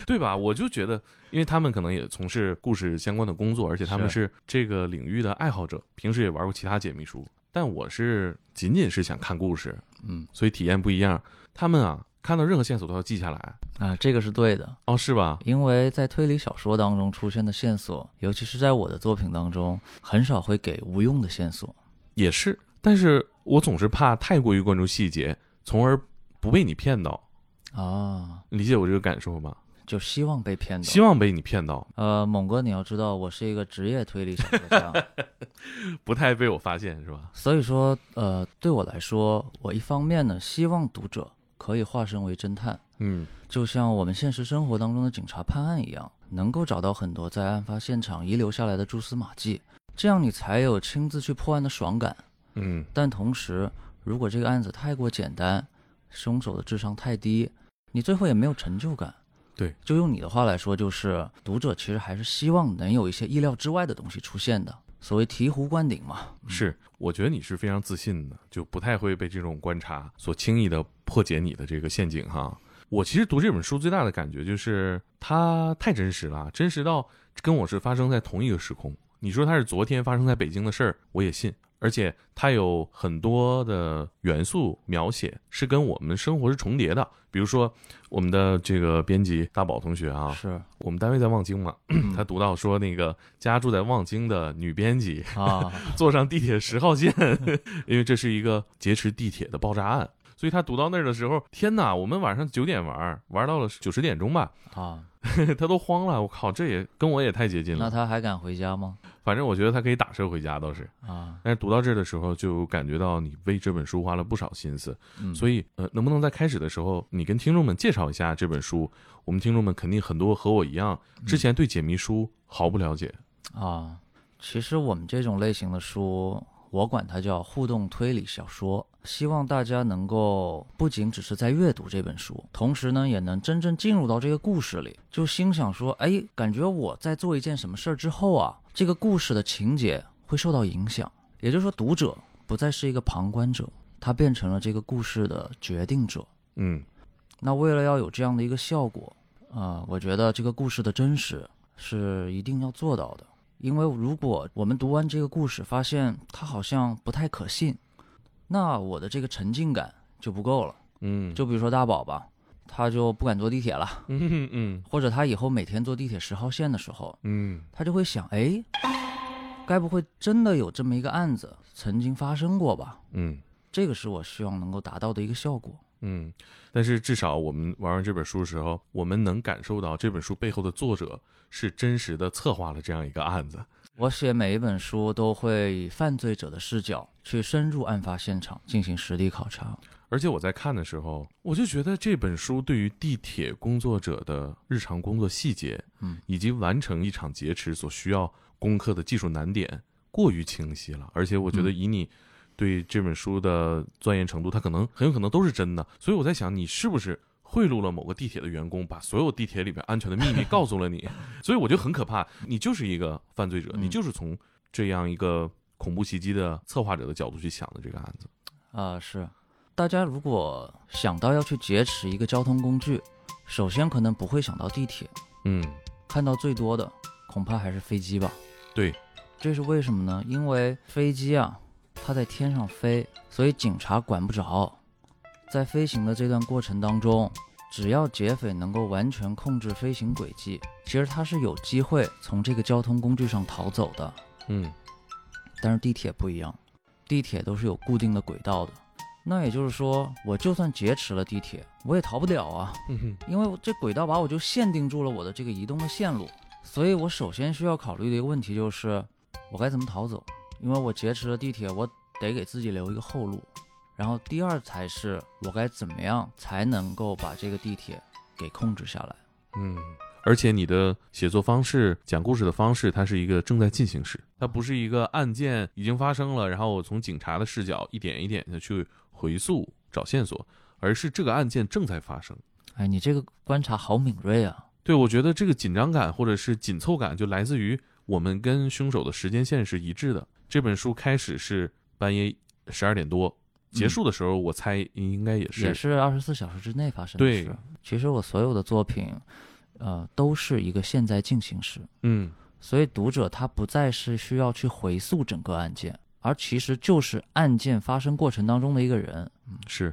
[SPEAKER 1] 对吧？我就觉得，因为他们可能也从事故事相关的工作，而且他们是这个领域的爱好者，平时也玩过其他解密书。但我是仅仅是想看故事，
[SPEAKER 2] 嗯，
[SPEAKER 1] 所以体验不一样。他们啊，看到任何线索都要记下来，
[SPEAKER 2] 啊、这个是对的，
[SPEAKER 1] 哦，是吧？
[SPEAKER 2] 因为在推理小说当中出现的线索，尤其是在我的作品当中，很少会给无用的线索。
[SPEAKER 1] 也是，但是我总是怕太过于关注细节，从而不被你骗到。
[SPEAKER 2] 啊，
[SPEAKER 1] 理解我这个感受吧？
[SPEAKER 2] 就希望被骗到
[SPEAKER 1] 希。望被你骗到，
[SPEAKER 2] 呃，猛哥，你要知道，我是一个职业推理小说家，
[SPEAKER 1] 不太被我发现，是吧？
[SPEAKER 2] 所以说，呃，对我来说，我一方面呢，希望读者可以化身为侦探，
[SPEAKER 1] 嗯
[SPEAKER 2] 就像我们现实生活当中的警察判案一样，能够找到很多在案发现场遗留下来的蛛丝马迹，这样你才有亲自去破案的爽感。
[SPEAKER 1] 嗯
[SPEAKER 2] 但同时，如果这个案子太过简单，凶手的智商太低，你最后也没有成就感。
[SPEAKER 1] 对，
[SPEAKER 2] 就用你的话来说，就是读者其实还是希望能有一些意料之外的东西出现的，所谓醍醐灌顶嘛。
[SPEAKER 1] 是，我觉得你是非常自信的，就不太会被这种观察所轻易的破解你的这个陷阱哈。我其实读这本书最大的感觉就是它太真实了，真实到呃跟我是发生在同一个时空。你说它是昨天发生在北京的事儿，我也信。而且它有很多的元素描写是跟我们生活是重叠的，比如说我们的这个编辑大宝同学啊，
[SPEAKER 2] 是
[SPEAKER 1] 我们单位在望京嘛，他读到说那个家住在望京的女编辑
[SPEAKER 2] 啊，
[SPEAKER 1] 坐上地铁十号线， 因为这是一个劫持地铁的爆炸案，所以他读到那儿的时候，天哪！我们晚上九点玩，玩到了九十点钟吧，
[SPEAKER 2] 啊，
[SPEAKER 1] 他都慌了。我靠，这也跟我也太接近
[SPEAKER 2] 那
[SPEAKER 1] 了。
[SPEAKER 2] 他还敢回家吗？
[SPEAKER 1] 反正我觉得他可以打车回家倒是，
[SPEAKER 2] 啊，
[SPEAKER 1] 但是读到这儿的时候，就感觉到你为这本书花了不少心思。
[SPEAKER 2] 嗯，
[SPEAKER 1] 所以，呃，能不能在开始的时候，你跟听众们介绍一下这本书？我们听众们肯定很多和我一样，之前对解谜书毫不了解。
[SPEAKER 2] 啊，其实我们这种类型的书，我管它叫互动推理小说，希望大家能够不仅只是在阅读这本书，同时呢，也能真正进入到这个故事里，就心想说，哎，感觉我在做一件什么事儿之后啊，这个故事的情节会受到影响，也就是说，读者不再是一个旁观者，他变成了这个故事的决定者。
[SPEAKER 1] 嗯
[SPEAKER 2] 那为了要有这样的一个效果，啊、我觉得这个故事的真实是一定要做到的。因为如果我们读完这个故事，发现它好像不太可信，那我的这个沉浸感就不够了。
[SPEAKER 1] 嗯，
[SPEAKER 2] 就比如说大宝吧，他就不敢坐地铁了，
[SPEAKER 1] 嗯嗯
[SPEAKER 2] 或者他以后每天坐地铁十号线的时候，
[SPEAKER 1] 嗯
[SPEAKER 2] 他就会想，哎，该不会真的有这么一个案子曾经发生过吧？
[SPEAKER 1] 嗯
[SPEAKER 2] 这个是我希望能够达到的一个效果。
[SPEAKER 1] 嗯，但是至少我们玩完这本书的时候，我们能感受到这本书背后的作者是真实的策划了这样一个案子。
[SPEAKER 2] 我写每一本书都会以犯罪者的视角去深入案发现场进行实地考察。
[SPEAKER 1] 而且我在看的时候，我就觉得这本书对于地铁工作者的日常工作细节，
[SPEAKER 2] 嗯，
[SPEAKER 1] 以及完成一场劫持所需要攻克的技术难点过于清晰了。而且我觉得
[SPEAKER 2] 嗯
[SPEAKER 1] 以你对这本书的钻研程度，它可能很有可能都是真的。所以我在想，你是不是？贿赂了某个地铁的员工，把所有地铁里边安全的秘密告诉了 你，所以我就很可怕。你就是一个犯罪者，
[SPEAKER 2] 嗯
[SPEAKER 1] 你就是从这样一个恐怖袭击的策划者的角度去想的这个案子。
[SPEAKER 2] 啊、是，大家如果想到要去劫持一个交通工具，首先可能不会想到地铁，
[SPEAKER 1] 嗯
[SPEAKER 2] 看到最多的恐怕还是飞机吧。
[SPEAKER 1] 对，
[SPEAKER 2] 这是为什么呢？因为飞机啊，它在天上飞，所以警察管不着。在飞行的这段过程当中，只要劫匪能够完全控制飞行轨迹，其实他是有机会从这个交通工具上逃走的。
[SPEAKER 1] 嗯
[SPEAKER 2] 但是地铁不一样，地铁都是有固定的轨道的。那也就是说，我就算劫持了地铁，我也逃不了啊。
[SPEAKER 1] 嗯哼。
[SPEAKER 2] 因为这轨道把我就限定住了我的这个移动的线路，所以我首先需要考虑的一个问题就是，我该怎么逃走？因为我劫持了地铁，我得给自己留一个后路。然后第二才是我该怎么样才能够把这个地铁给控制下来。
[SPEAKER 1] 嗯，而且你的写作方式、讲故事的方式，它是一个正在进行时，它不是一个案件已经发生了，然后我从警察的视角一点一点的去回溯找线索，而是这个案件正在发生。
[SPEAKER 2] 哎，你这个观察好敏锐啊！
[SPEAKER 1] 对我觉得这个紧张感或者是紧凑感，就来自于我们跟凶手的时间线是一致的。这本书开始是半夜十二点多，结束的时候我猜应该嗯也是
[SPEAKER 2] 也是二十四小时之内发生的
[SPEAKER 1] 对
[SPEAKER 2] 事。其实我所有的作品，呃，都是一个现在进行时。
[SPEAKER 1] 嗯
[SPEAKER 2] 所以读者他不再是需要去回溯整个案件，而其实就是案件发生过程当中的一个人。
[SPEAKER 1] 是，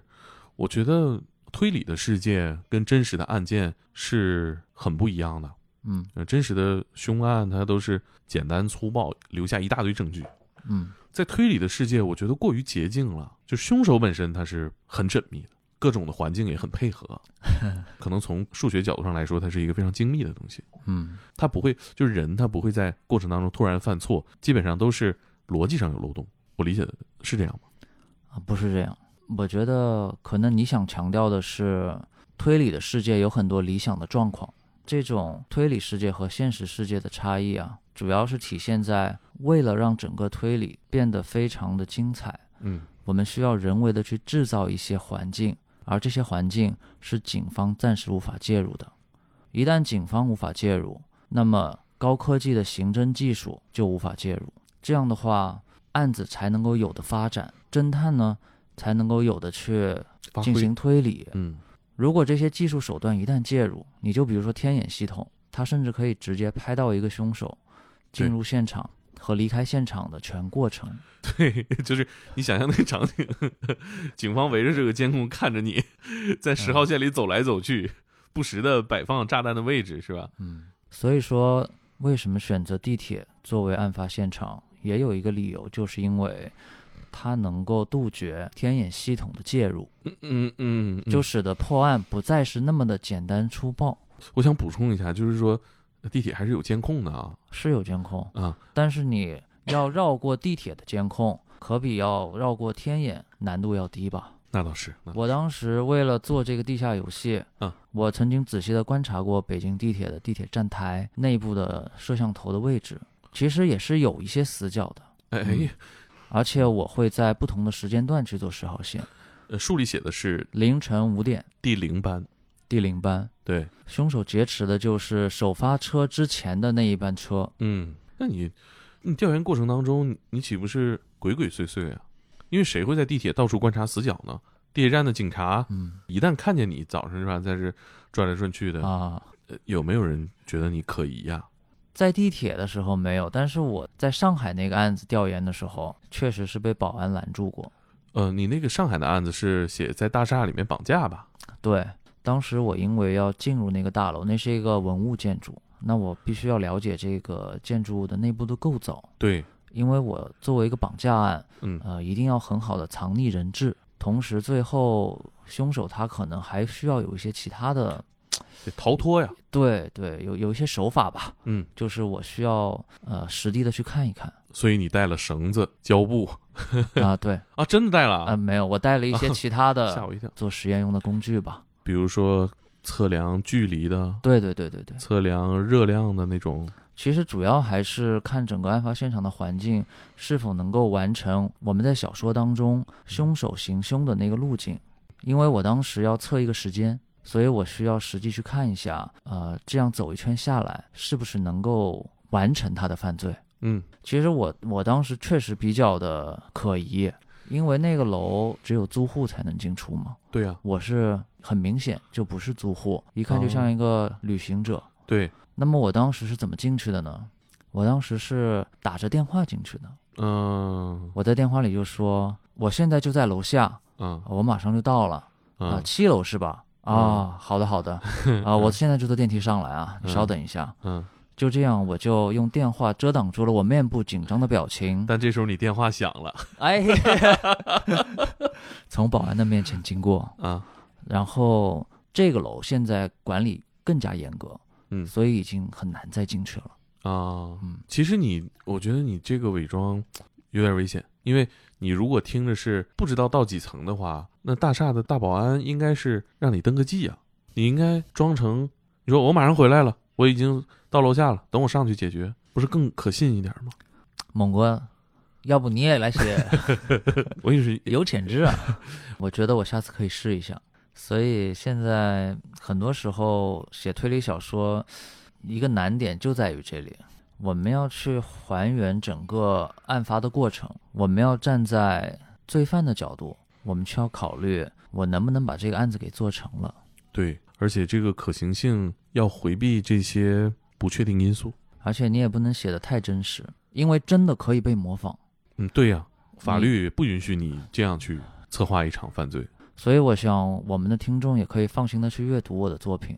[SPEAKER 1] 我觉得推理的世界跟真实的案件是很不一样的。
[SPEAKER 2] 嗯
[SPEAKER 1] 呃，真实的凶案它都是简单粗暴，留下一大堆证据。
[SPEAKER 2] 嗯，
[SPEAKER 1] 在推理的世界，我觉得过于捷径了。就凶手本身他是很缜密的，各种的环境也很配 合。可能从数学角度上来说，它是一个非常精密的东西。
[SPEAKER 2] 嗯，
[SPEAKER 1] 它不会，就是人他不会在过程当中突然犯错，基本上都是逻辑上有漏洞。我理解的是这样吗？
[SPEAKER 2] 啊，不是这样。我觉得可能你想强调的是，推理的世界有很多理想的状况，这种推理世界和现实世界的差异啊，主要是体现在为了让整个推理变得非常的精彩，
[SPEAKER 1] 嗯
[SPEAKER 2] 我们需要人为的去制造一些环境，而这些环境是警方暂时无法介入的。一旦警方无法介入，那么高科技的刑侦技术就无法介入。这样的话，案子才能够有的发展，侦探呢才能够有的去
[SPEAKER 1] 发
[SPEAKER 2] 进
[SPEAKER 1] 挥
[SPEAKER 2] 行推理。
[SPEAKER 1] 嗯
[SPEAKER 2] 如果这些技术手段一旦介入，你就比如说天眼系统，它甚至可以直接拍到一个凶手进入现场和离开现场的全过程。
[SPEAKER 1] 对， 就是你想象那个场景， 警方围着这个监控看着你，在十号线里走来走去，不时的摆放炸弹的位置，是吧？
[SPEAKER 2] 嗯，所以说为什么选择地铁作为案发现场，也有一个理由，就是因为它能够杜绝天眼系统的介入，
[SPEAKER 1] 嗯嗯嗯，
[SPEAKER 2] 就是使得破案不再是那么的简单粗暴。
[SPEAKER 1] 我想补充一下，就是说地铁还是有监控的啊
[SPEAKER 2] 是有监控，
[SPEAKER 1] 啊，
[SPEAKER 2] 但是你要绕过地铁的监控， 可比要绕过天眼难度要低吧？
[SPEAKER 1] 那倒是，那
[SPEAKER 2] 我当时为了做这个地下游戏，
[SPEAKER 1] 嗯，
[SPEAKER 2] 我曾经仔细的观察过北京地铁的地铁站台内部的摄像头的位置，其实也是有一些死角的，
[SPEAKER 1] 哎
[SPEAKER 2] 嗯
[SPEAKER 1] 哎，
[SPEAKER 2] 而且我会在不同的时间段去做十号线，
[SPEAKER 1] 呃书里写的是
[SPEAKER 2] 凌晨五点
[SPEAKER 1] 第零班，
[SPEAKER 2] 第零班，
[SPEAKER 1] 对，
[SPEAKER 2] 凶手劫持的就是首发车之前的那一班车，
[SPEAKER 1] 嗯，那你你调研过程当中，你你岂不是鬼鬼祟祟啊？因为谁会在地铁到处观察死角呢？地铁站的警察
[SPEAKER 2] 嗯
[SPEAKER 1] 一旦看见你早上是吧，在这转来转去的，
[SPEAKER 2] 啊。
[SPEAKER 1] 呃有没有人觉得你可疑呀、
[SPEAKER 2] 在地铁的时候没有，但是我在上海那个案子调研的时候，确实是被保安拦住过。
[SPEAKER 1] 呃，你那个上海的案子是写在大厦里面绑架吧？
[SPEAKER 2] 对，当时我因为要进入那个大楼，那是一个文物建筑，那我必须要了解这个建筑物的内部的构造，
[SPEAKER 1] 对，
[SPEAKER 2] 因为我作为一个绑架案，
[SPEAKER 1] 嗯
[SPEAKER 2] 呃，一定要很好的藏匿人质，同时最后凶手他可能还需要有一些其他的，
[SPEAKER 1] 得逃脱呀。
[SPEAKER 2] 对对，有有一些手法吧，
[SPEAKER 1] 嗯，
[SPEAKER 2] 就是我需要呃实地的去看一看
[SPEAKER 1] 所以你带了绳子、胶布
[SPEAKER 2] 啊、对。
[SPEAKER 1] 啊，真的带了
[SPEAKER 2] 啊，
[SPEAKER 1] 啊，
[SPEAKER 2] 没有，我带了一些其他
[SPEAKER 1] 吓
[SPEAKER 2] 的
[SPEAKER 1] 我一跳。
[SPEAKER 2] 做实验用的工具吧。
[SPEAKER 1] 呃比如说测量距离的、
[SPEAKER 2] 对对对对对，
[SPEAKER 1] 测量热量的那种。
[SPEAKER 2] 其实主要还是看整个案发现场的环境是否能够完成我们在小说当中凶手行凶的那个路径，因为我当时要测一个时间，所以我需要实际去看一下，呃，这样走一圈下来是不是能够完成他的犯罪。
[SPEAKER 1] 嗯，
[SPEAKER 2] 其实我我当时确实比较的可疑，因为那个楼只有租户才能进出嘛。
[SPEAKER 1] 对呀、
[SPEAKER 2] 我是很明显就不是租户，一看就
[SPEAKER 1] 哦
[SPEAKER 2] 像一个旅行者。
[SPEAKER 1] 对，
[SPEAKER 2] 那么我当时是怎么进去的呢？我当时是打着电话进去的。
[SPEAKER 1] 嗯
[SPEAKER 2] 我在电话里就说：“我现在就在楼下，
[SPEAKER 1] 嗯
[SPEAKER 2] 我马上就到了啊、
[SPEAKER 1] 嗯
[SPEAKER 2] 七楼是吧？啊，好的 好的，啊，我现在就坐电梯上来啊，你稍等一下。
[SPEAKER 1] 嗯，
[SPEAKER 2] 就这样，我就用电话遮挡住了我面部紧张的 表情。
[SPEAKER 1] 但这时候你电话响了
[SPEAKER 2] 哎， 从保安的面前经过，
[SPEAKER 1] 啊，
[SPEAKER 2] 然后这个楼现在管理更加严格，
[SPEAKER 1] 嗯
[SPEAKER 2] 所以已经很难再进去了。
[SPEAKER 1] 啊，
[SPEAKER 2] 嗯
[SPEAKER 1] 其实你，我觉得你这个伪装有点危险，因为你如果听着是不知道到几层的话，那大厦的大保安应该是让你登个记啊，你应该装成你说我马上回来了，我已经到楼下了，等我上去解决，不是更可信一点吗？
[SPEAKER 2] 猛哥，要不你也来写
[SPEAKER 1] 我也是，
[SPEAKER 2] 有潜质啊？我觉得我下次可以试一下。所以现在很多时候写推理小说，一个难点就在于这里。我们要去还原整个案发的过程，我们要站在罪犯的角度，我们需要考虑我能不能把这个案子给做成了。
[SPEAKER 1] 对，而且这个可行性要回避这些不确定因素。
[SPEAKER 2] 而且你也不能写的太真实，因为真的可以被模仿。
[SPEAKER 1] 嗯，对呀、法
[SPEAKER 2] 你
[SPEAKER 1] 律不允许你这样去策划一场犯罪，
[SPEAKER 2] 所以我想我们的听众也可以放心的去阅读我的作品。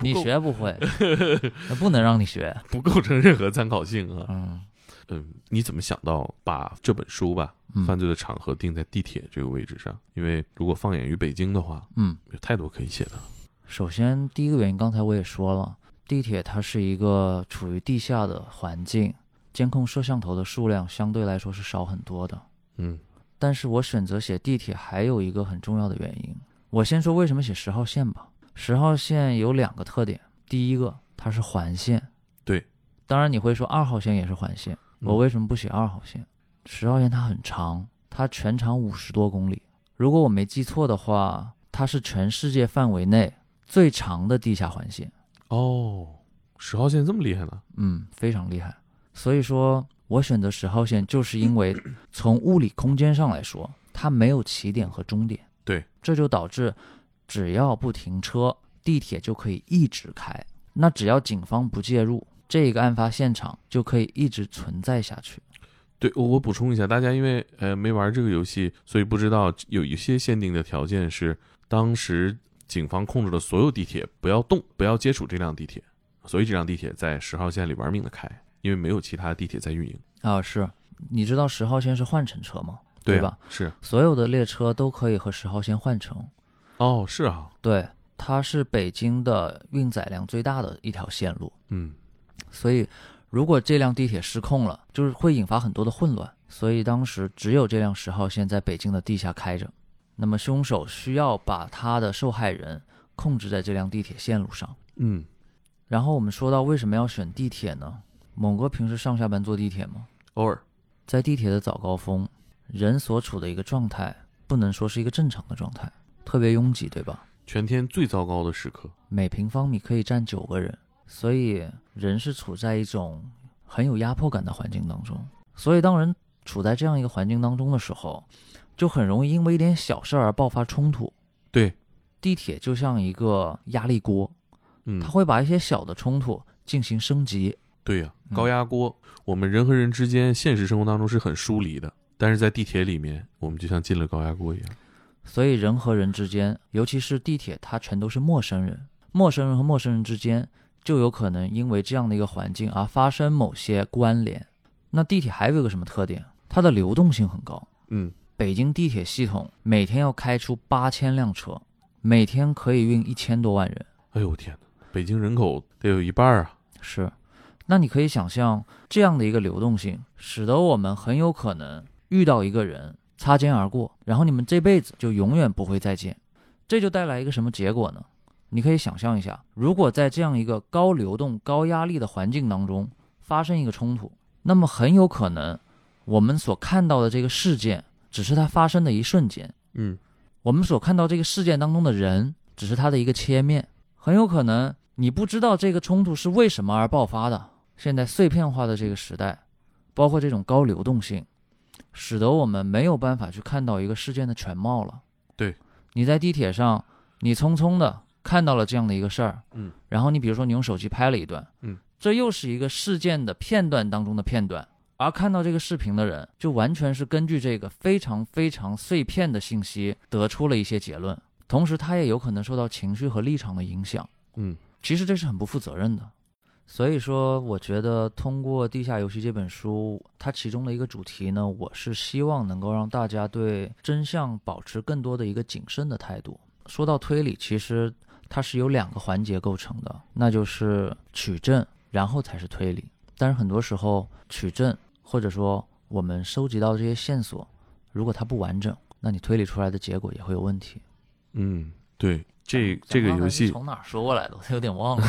[SPEAKER 2] 你学不会，那不能让你学。
[SPEAKER 1] 不构成任何参考性啊。
[SPEAKER 2] 嗯
[SPEAKER 1] 嗯，你怎么想到把这本书吧犯
[SPEAKER 2] 嗯
[SPEAKER 1] 罪的场合定在地铁这个位置上？因为如果放眼于北京的话，
[SPEAKER 2] 嗯。
[SPEAKER 1] 有太多可以写的。
[SPEAKER 2] 首先，第一个原因刚才我也说了，地铁它是一个处于地下的环境，监控摄像头的数量相对来说是少很多的。
[SPEAKER 1] 嗯
[SPEAKER 2] 但是我选择写地铁还有一个很重要的原因。我先说为什么写十号线吧。十号线有两个特点，第一个它是环线，
[SPEAKER 1] 对。
[SPEAKER 2] 当然你会说二号线也是环线，
[SPEAKER 1] 嗯
[SPEAKER 2] 我为什么不写二号线？十号线它很长，它全长五十多公里。如果我没记错的话，它是全世界范围内最长的地下环线。
[SPEAKER 1] 哦，十号线这么厉害呢？
[SPEAKER 2] 嗯，非常厉害。所以说我选择十号线，就是 因为从物理空间上来说，它没有起点和终点。
[SPEAKER 1] 对，
[SPEAKER 2] 这就导致只要不停车，地铁就可以一直开。那只要警方不介入，这个案发现场就可以一直存在下去。
[SPEAKER 1] 对，我我补充一下，大家因为呃没玩这个游戏，所以不知道有一些限定的条件是，当时警方控制了所有地铁不要动，不要接触这辆地铁，所以这辆地铁在十号线里玩命的开，因为没有其他地铁在运营，
[SPEAKER 2] 啊，是，你知道十号线是换乘车吗？
[SPEAKER 1] 对
[SPEAKER 2] 对吧？？
[SPEAKER 1] 是，
[SPEAKER 2] 所有的列车都可以和十号线换乘。
[SPEAKER 1] 哦，是啊，
[SPEAKER 2] 对，它是北京的运载量最大的一条线路，
[SPEAKER 1] 嗯，
[SPEAKER 2] 所以如果这辆地铁失控了，就是会引发很多的混乱。所以当时只有这辆十号线在北京的地下开着，那么凶手需要把他的受害人控制在这辆地铁线路上。
[SPEAKER 1] 嗯，
[SPEAKER 2] 然后我们说到为什么要选地铁呢？猛哥平时上下班坐地铁吗？
[SPEAKER 1] 偶尔，
[SPEAKER 2] 在地铁的早高峰，人所处的一个状态，不能说是一个正常的状态，特别拥挤，对吧？
[SPEAKER 1] 全天最糟糕的时刻，
[SPEAKER 2] 每平方米可以站九个人，所以人是处在一种很有压迫感的环境当中。所以当人处在这样一个环境当中的时候，就很容易因为一点小事儿而爆发冲突。
[SPEAKER 1] 对，
[SPEAKER 2] 地铁就像一个压力锅，
[SPEAKER 1] 嗯
[SPEAKER 2] 它，会把一些小的冲突进行升级。
[SPEAKER 1] 对呀、
[SPEAKER 2] 嗯
[SPEAKER 1] 高压锅，我们人和人之间现实生活当中是很疏离的，但是在地铁里面，我们就像进了高压锅一样，
[SPEAKER 2] 所以人和人之间，尤其是地铁，它全都是陌生人。陌生人和陌生人之间，就有可能因为这样的一个环境而发生某些关联。那地铁还有一个什么特点？它的流动性很高。
[SPEAKER 1] 嗯，
[SPEAKER 2] 北京地铁系统每天要开出八千辆车，每天可以运一千多万人。
[SPEAKER 1] 哎呦我天哪，北京人口得有一半儿啊，
[SPEAKER 2] 是，那你可以想象这样的一个流动性，使得我们很有可能遇到一个人擦肩而过，然后你们这辈子就永远不会再见。这就带来一个什么结果呢？你可以想象一下，如果在这样一个高流动、高压力的环境当中发生一个冲突，那么很有可能我们所看到的这个事件，只是它发生的一瞬间，
[SPEAKER 1] 嗯。
[SPEAKER 2] 我们所看到这个事件当中的人，只是它的一个切面，很有可能你不知道这个冲突是为什么而爆发的。现在碎片化的这个时代，包括这种高流动性，使得我们没有办法去看到一个事件的全貌了。
[SPEAKER 1] 对，
[SPEAKER 2] 你在地铁上，你匆匆的看到了这样的一个事儿，
[SPEAKER 1] 嗯，
[SPEAKER 2] 然后你比如说你用手机拍了一段，
[SPEAKER 1] 嗯，
[SPEAKER 2] 这又是一个事件的片段当中的片段。而看到这个视频的人，就完全是根据这个非常非常碎片的信息得出了一些结论，同时他也有可能受到情绪和立场的影响。
[SPEAKER 1] 嗯，
[SPEAKER 2] 其实这是很不负责任的。所以说，我觉得通过《地下游戏》这本书，它其中的一个主题呢，我是希望能够让大家对真相保持更多的一个谨慎的态度。说到推理，其实它是由两个环节构成的，那就是取证，然后才是推理。但是很多时候，取证或者说我们收集到这些线索，如果它不完整，那你推理出来的结果也会有问题。
[SPEAKER 1] 嗯，对，这这个
[SPEAKER 2] 咱们刚才
[SPEAKER 1] 游
[SPEAKER 2] 是
[SPEAKER 1] 戏
[SPEAKER 2] 从哪儿说过来的？我有点忘了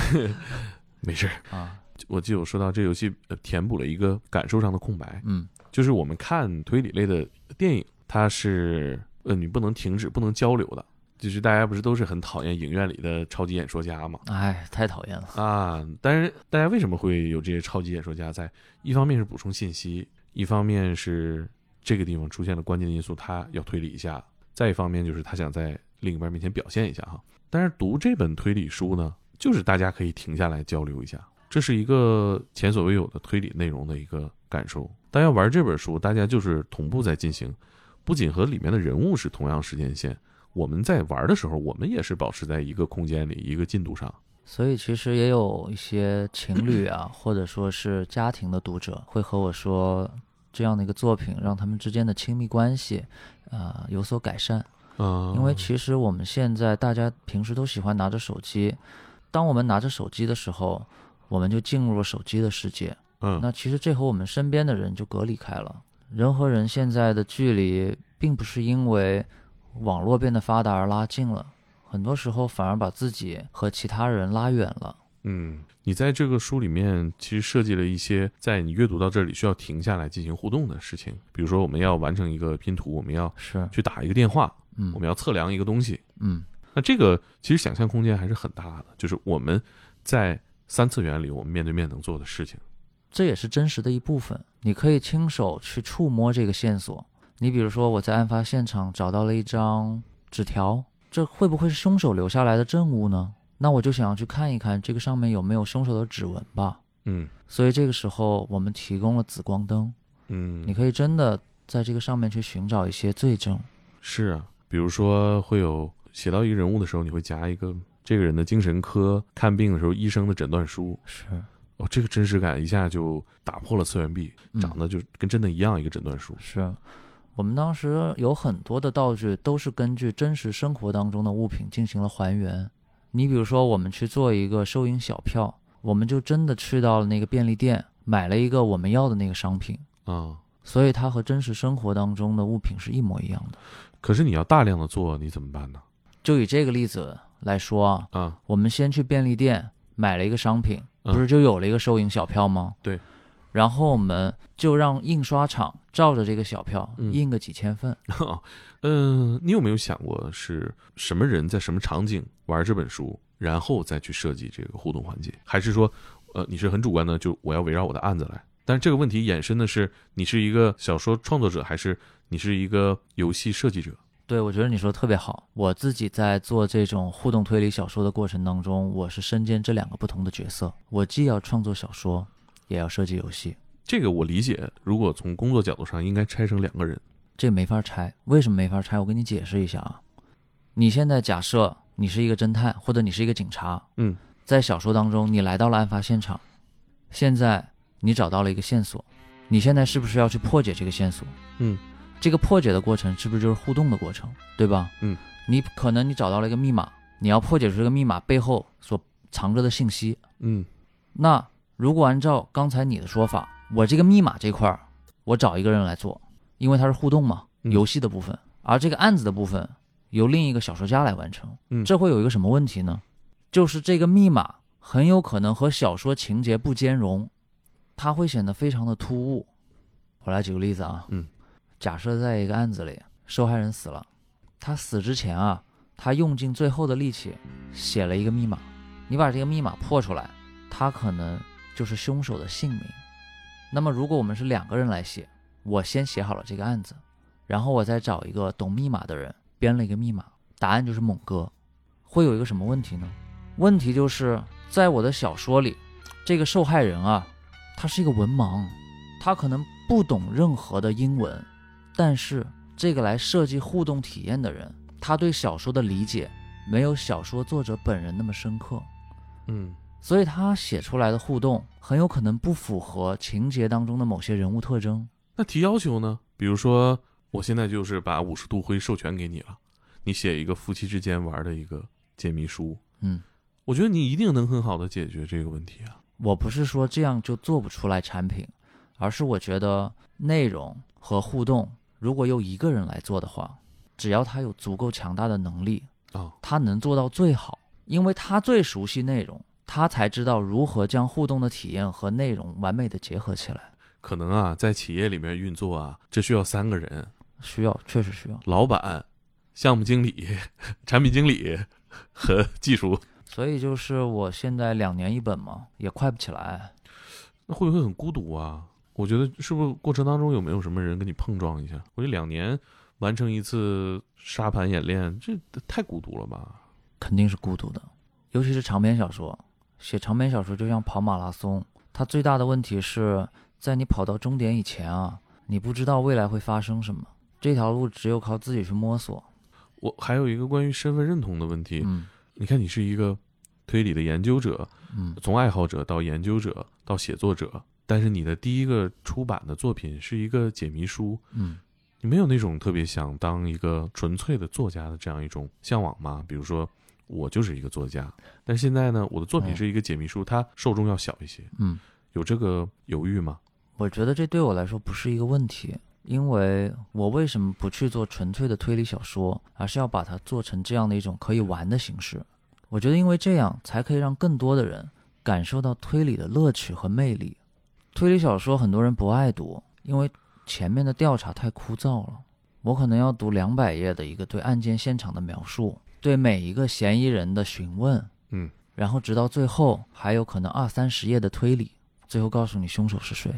[SPEAKER 1] 没事儿。
[SPEAKER 2] 啊。
[SPEAKER 1] 我记得我说到这游戏呃填补了一个感受上的空白，
[SPEAKER 2] 嗯，
[SPEAKER 1] 就是我们看推理类的电影，它是呃你不能停止、不能交流的。就是大家不是都是很讨厌影院里的超级演说家嘛？
[SPEAKER 2] 哎，太讨厌了。
[SPEAKER 1] 啊，但是大家为什么会有这些超级演说家在？一方面是补充信息，一方面是这个地方出现了关键因素，他要推理一下；再一方面就是他想在另一半面前表现一下哈。但是读这本推理书呢，就是大家可以停下来交流一下，这是一个前所未有的推理内容的一个感受。但要玩这本书，大家就是同步在进行，不仅和里面的人物是同样时间线，我们在玩的时候，我们也是保持在一个空间里、一个进度上。
[SPEAKER 2] 所以其实也有一些情侣啊，或者说是家庭的读者会和我说，这样的一个作品让他们之间的亲密关系，呃，有所改善。
[SPEAKER 1] 嗯，
[SPEAKER 2] 因为其实我们现在大家平时都喜欢拿着手机，当我们拿着手机的时候，我们就进入了手机的世界。
[SPEAKER 1] 嗯，
[SPEAKER 2] 那其实这和我们身边的人就隔离开了。人和人现在的距离，并不是因为网络变得发达而拉近了，很多时候反而把自己和其他人拉远了。
[SPEAKER 1] 嗯，你在这个书里面其实设计了一些在你阅读到这里需要停下来进行互动的事情，比如说我们要完成一个拼图，我们要
[SPEAKER 2] 是，
[SPEAKER 1] 去打一个电话，
[SPEAKER 2] 嗯
[SPEAKER 1] 我们要测量一个东西。
[SPEAKER 2] 嗯，
[SPEAKER 1] 那这个其实想象空间还是很大的，就是我们在三次元里我们面对面能做的事情。
[SPEAKER 2] 这也是真实的一部分。你可以亲手去触摸这个线索。你比如说，我在案发现场找到了一张纸条，这会不会是凶手留下来的证物呢？那我就想要去看一看这个上面有没有凶手的指纹吧。
[SPEAKER 1] 嗯
[SPEAKER 2] 所以这个时候我们提供了紫光灯，
[SPEAKER 1] 嗯，
[SPEAKER 2] 你可以真的在这个上面去寻找一些罪证。
[SPEAKER 1] 是啊，比如说会有写到一个人物的时候，你会夹一个这个人的精神科看病的时候医生的诊断书，
[SPEAKER 2] 是，
[SPEAKER 1] 哦，这个真实感一下就打破了次元壁，
[SPEAKER 2] 嗯
[SPEAKER 1] 长得就跟真的一样一个诊断书。
[SPEAKER 2] 是我们当时有很多的道具都是根据真实生活当中的物品进行了还原。你比如说，我们去做一个收银小票，我们就真的去到了那个便利店，买了一个我们要的那个商品，
[SPEAKER 1] 啊、
[SPEAKER 2] 所以它和真实生活当中的物品是一模一样的。
[SPEAKER 1] 可是你要大量的做，你怎么办呢？
[SPEAKER 2] 就以这个例子来说啊，
[SPEAKER 1] 啊，
[SPEAKER 2] 我们先去便利店买了一个商品，
[SPEAKER 1] 嗯
[SPEAKER 2] 不是就有了一个收银小票吗？
[SPEAKER 1] 对。
[SPEAKER 2] 然后我们就让印刷厂照着这个小票
[SPEAKER 1] 嗯
[SPEAKER 2] 印个几千份。
[SPEAKER 1] 嗯、你有没有想过是什么人在什么场景玩这本书，然后再去设计这个互动环节？还是说，呃，你是很主观的，就我要围绕我的案子来？但是这个问题衍生的是，你是一个小说创作者，还是你是一个游戏设计者？
[SPEAKER 2] 对，我觉得你说的特别好。我自己在做这种互动推理小说的过程当中，我是身兼这两个不同的角色，我既要创作小说，也要设计游戏，
[SPEAKER 1] 这个我理解，如果从工作角度上，应该拆成两个人。
[SPEAKER 2] 这没法拆。为什么没法拆？我给你解释一下啊。你现在假设你是一个侦探，或者你是一个警察，
[SPEAKER 1] 嗯，
[SPEAKER 2] 在小说当中，你来到了案发现场，现在你找到了一个线索，你现在是不是要去破解这个线索？
[SPEAKER 1] 嗯，
[SPEAKER 2] 这个破解的过程是不是就是互动的过程，对吧？
[SPEAKER 1] 嗯，
[SPEAKER 2] 你可能你找到了一个密码，你要破解出这个密码背后所藏着的信息。
[SPEAKER 1] 嗯
[SPEAKER 2] 那如果按照刚才你的说法，我这个密码这块儿，我找一个人来做，因为它是互动嘛，
[SPEAKER 1] 嗯
[SPEAKER 2] 游戏的部分，而这个案子的部分由另一个小说家来完成。
[SPEAKER 1] 嗯
[SPEAKER 2] 这会有一个什么问题呢？就是这个密码很有可能和小说情节不兼容，它会显得非常的突兀。我来举个例子啊，
[SPEAKER 1] 嗯，
[SPEAKER 2] 假设在一个案子里，受害人死了，他死之前啊，他用尽最后的力气写了一个密码，你把这个密码破出来，他可能就是凶手的姓名。那么如果我们是两个人来写，我先写好了这个案子，然后我再找一个懂密码的人编了一个密码，答案就是猛哥。会有一个什么问题呢？问题就是在我的小说里，这个受害人啊，他是一个文盲，他可能不懂任何的英文，但是这个来设计互动体验的人，他对小说的理解没有小说作者本人那么深刻。
[SPEAKER 1] 嗯
[SPEAKER 2] 所以他写出来的互动很有可能不符合情节当中的某些人物特征。
[SPEAKER 1] 那提要求呢？比如说，我现在就是把五十度灰授权给你了，你写一个夫妻之间玩的一个解谜书，
[SPEAKER 2] 嗯，
[SPEAKER 1] 我觉得你一定能很好的解决这个问题啊。
[SPEAKER 2] 我不是说这样就做不出来产品，而是我觉得内容和互动如果由一个人来做的话，只要他有足够强大的能力，
[SPEAKER 1] 啊，
[SPEAKER 2] 他能做到最好，因为他最熟悉内容，他才知道如何将互动的体验和内容完美的结合起来。
[SPEAKER 1] 可能啊，在企业里面运作啊，这需要三个人：
[SPEAKER 2] 需要，确实需要。
[SPEAKER 1] 老板、项目经理、 产品经理和技术。
[SPEAKER 2] 所以就是我现在两年一本嘛，也快不起来。
[SPEAKER 1] 那会不会很孤独啊？我觉得是不是过程当中有没有什么人跟你碰撞一下？我这两年完成一次沙盘演练，这太孤独了吧？
[SPEAKER 2] 肯定是孤独的，尤其是长篇小说。写长篇小说就像跑马拉松，它最大的问题是在你跑到终点以前啊，你不知道未来会发生什么，这条路只有靠自己去摸索。
[SPEAKER 1] 我还有一个关于身份认同的问题。
[SPEAKER 2] 嗯
[SPEAKER 1] 你看，你是一个推理的研究者，
[SPEAKER 2] 嗯，
[SPEAKER 1] 从爱好者到研究者到写作者，但是你的第一个出版的作品是一个解谜书，
[SPEAKER 2] 嗯，
[SPEAKER 1] 你没有那种特别想当一个纯粹的作家的这样一种向往吗？比如说，我就是一个作家，但是现在呢，我的作品
[SPEAKER 2] 嗯
[SPEAKER 1] 是一个解谜书，它受众要小一些，
[SPEAKER 2] 嗯，
[SPEAKER 1] 有这个犹豫吗？
[SPEAKER 2] 我觉得这对我来说不是一个问题，因为我为什么不去做纯粹的推理小说，而是要把它做成这样的一种可以玩的形式？我觉得因为这样才可以让更多的人感受到推理的乐趣和魅力。推理小说很多人不爱读，因为前面的调查太枯燥了。我可能要读两百页的一个对案件现场的描述，对每一个嫌疑人的询问，
[SPEAKER 1] 嗯，
[SPEAKER 2] 然后直到最后还有可能二三十页的推理，最后告诉你凶手是谁。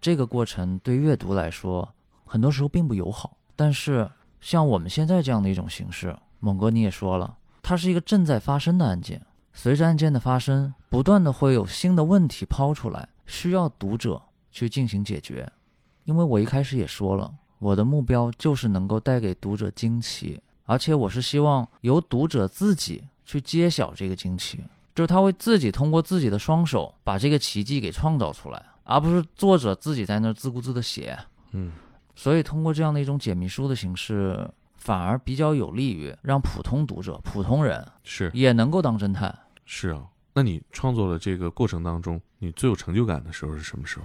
[SPEAKER 2] 这个过程对阅读来说，很多时候并不友好。但是像我们现在这样的一种形式，猛哥你也说了，它是一个正在发生的案件，随着案件的发生，不断的会有新的问题抛出来，需要读者去进行解决。因为我一开始也说了，我的目标就是能够带给读者惊奇，而且我是希望由读者自己去揭晓这个惊奇，就是他会自己通过自己的双手把这个奇迹给创造出来，而不是作者自己在那儿自顾自的写。
[SPEAKER 1] 嗯，
[SPEAKER 2] 所以通过这样的一种解谜书的形式，反而比较有利于让普通读者、普通人
[SPEAKER 1] 是
[SPEAKER 2] 也能够当侦探。
[SPEAKER 1] 是啊。那你创作的这个过程当中，你最有成就感的时候是什么时候？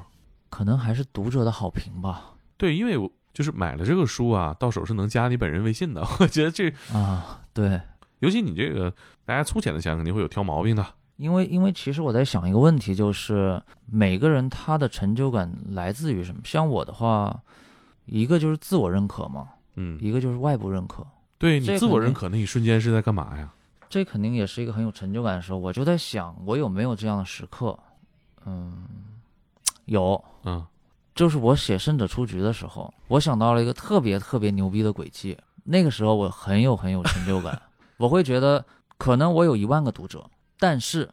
[SPEAKER 2] 可能还是读者的好评吧。
[SPEAKER 1] 对，因为我就是买了这个书啊，到手是能加你本人微信的。 我觉得这，
[SPEAKER 2] 啊，对，
[SPEAKER 1] 尤其你这个，大家粗浅的想，肯定会有挑毛病的。
[SPEAKER 2] 因为因为其实我在想一个问题，就是每个人他的成就感来自于什么？像我的话，一个就是自我认可嘛，
[SPEAKER 1] 嗯，
[SPEAKER 2] 一个就是外部认可。
[SPEAKER 1] 对你
[SPEAKER 2] 这个
[SPEAKER 1] 自我认
[SPEAKER 2] 肯定
[SPEAKER 1] 可那一瞬间是在干嘛呀？
[SPEAKER 2] 这肯定也是一个很有成就感的时候。我就在想，我有没有这样的时刻？嗯，有，
[SPEAKER 1] 嗯，
[SPEAKER 2] 就是我写《胜者出局》的时候，我想到了一个特别特别牛逼的轨迹，那个时候我很有很有成就感， 我会觉得可能我有一万个读者，但是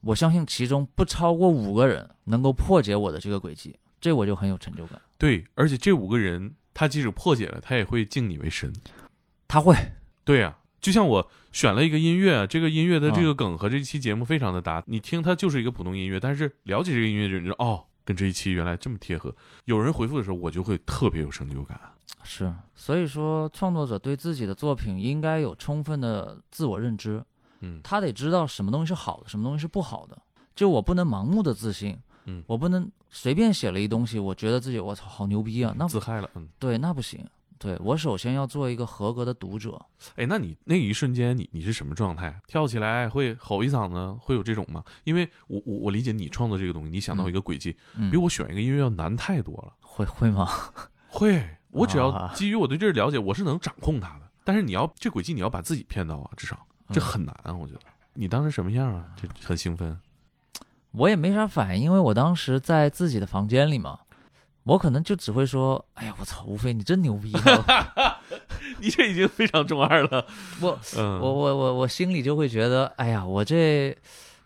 [SPEAKER 2] 我相信其中不超过五个人能够破解我的这个轨迹，这我就很有成就感。
[SPEAKER 1] 对，而且这五个人，他即使破解了，他也会敬你为神。
[SPEAKER 2] 他会，
[SPEAKER 1] 对啊，就像我选了一个音乐，啊这个音乐的
[SPEAKER 2] 嗯
[SPEAKER 1] 这个梗和这期节目非常的搭。你听它就是一个普通音乐，但是了解这个音乐的人就哦，跟这一期原来这么贴合。有人回复的时候，我就会特别有成就感。
[SPEAKER 2] 是，所以说创作者对自己的作品应该有充分的自我认知，
[SPEAKER 1] 嗯
[SPEAKER 2] 他得知道什么东西是好的，什么东西是不好的。就我不能盲目的自信，
[SPEAKER 1] 嗯
[SPEAKER 2] 我不能随便写了一东西，我觉得自己我操好牛逼啊，那
[SPEAKER 1] 自嗨了，嗯，
[SPEAKER 2] 对那不行，对我首先要做一个合格的读者。
[SPEAKER 1] 哎，那你那一瞬间你，你是什么状态？跳起来会吼一嗓子，会有这种吗？因为我我我理解你创作这个东西，你想到一个轨迹，
[SPEAKER 2] 嗯
[SPEAKER 1] 比，我选一个音乐要难太多了。
[SPEAKER 2] 会会吗？
[SPEAKER 1] 会，我只要
[SPEAKER 2] 啊
[SPEAKER 1] 基于我对这儿了解，我是能掌控它的。但是你要这轨迹，你要把自己骗到啊，至少这
[SPEAKER 2] 嗯
[SPEAKER 1] 很难啊，我觉得。你当时什么样啊？这很兴奋，
[SPEAKER 2] 我也没啥反应，因为我当时在自己的房间里嘛，我可能就只会说，哎呀，我操，吴飞你真牛逼啊、
[SPEAKER 1] 你这已经非常中二了。
[SPEAKER 2] 我
[SPEAKER 1] 嗯，
[SPEAKER 2] 我我我我心里就会觉得，哎呀，我这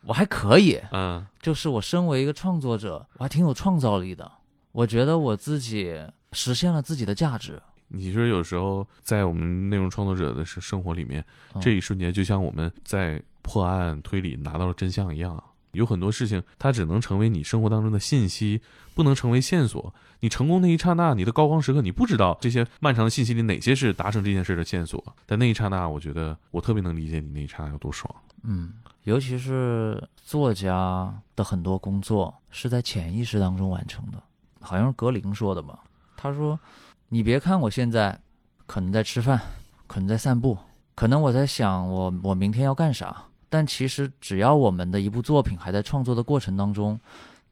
[SPEAKER 2] 我还可以，
[SPEAKER 1] 嗯
[SPEAKER 2] 就是我身为一个创作者，我还挺有创造力的。我觉得我自己实现了自己的价值。
[SPEAKER 1] 你说有时候在我们内容创作者的生生活里面，
[SPEAKER 2] 嗯
[SPEAKER 1] 这一瞬间就像我们在破案推理拿到了真相一样，啊有很多事情它只能成为你生活当中的信息，不能成为线索。你成功那一刹那，你的高光时刻，你不知道这些漫长的信息里哪些是达成这件事的线索，但那一刹那，我觉得我特别能理解你那一刹那有多爽。
[SPEAKER 2] 嗯，尤其是作家的很多工作是在潜意识当中完成的，好像是格林说的吧？他说：“你别看我现在可能在吃饭，可能在散步，可能我在想我我明天要干啥，但其实只要我们的一部作品还在创作的过程当中，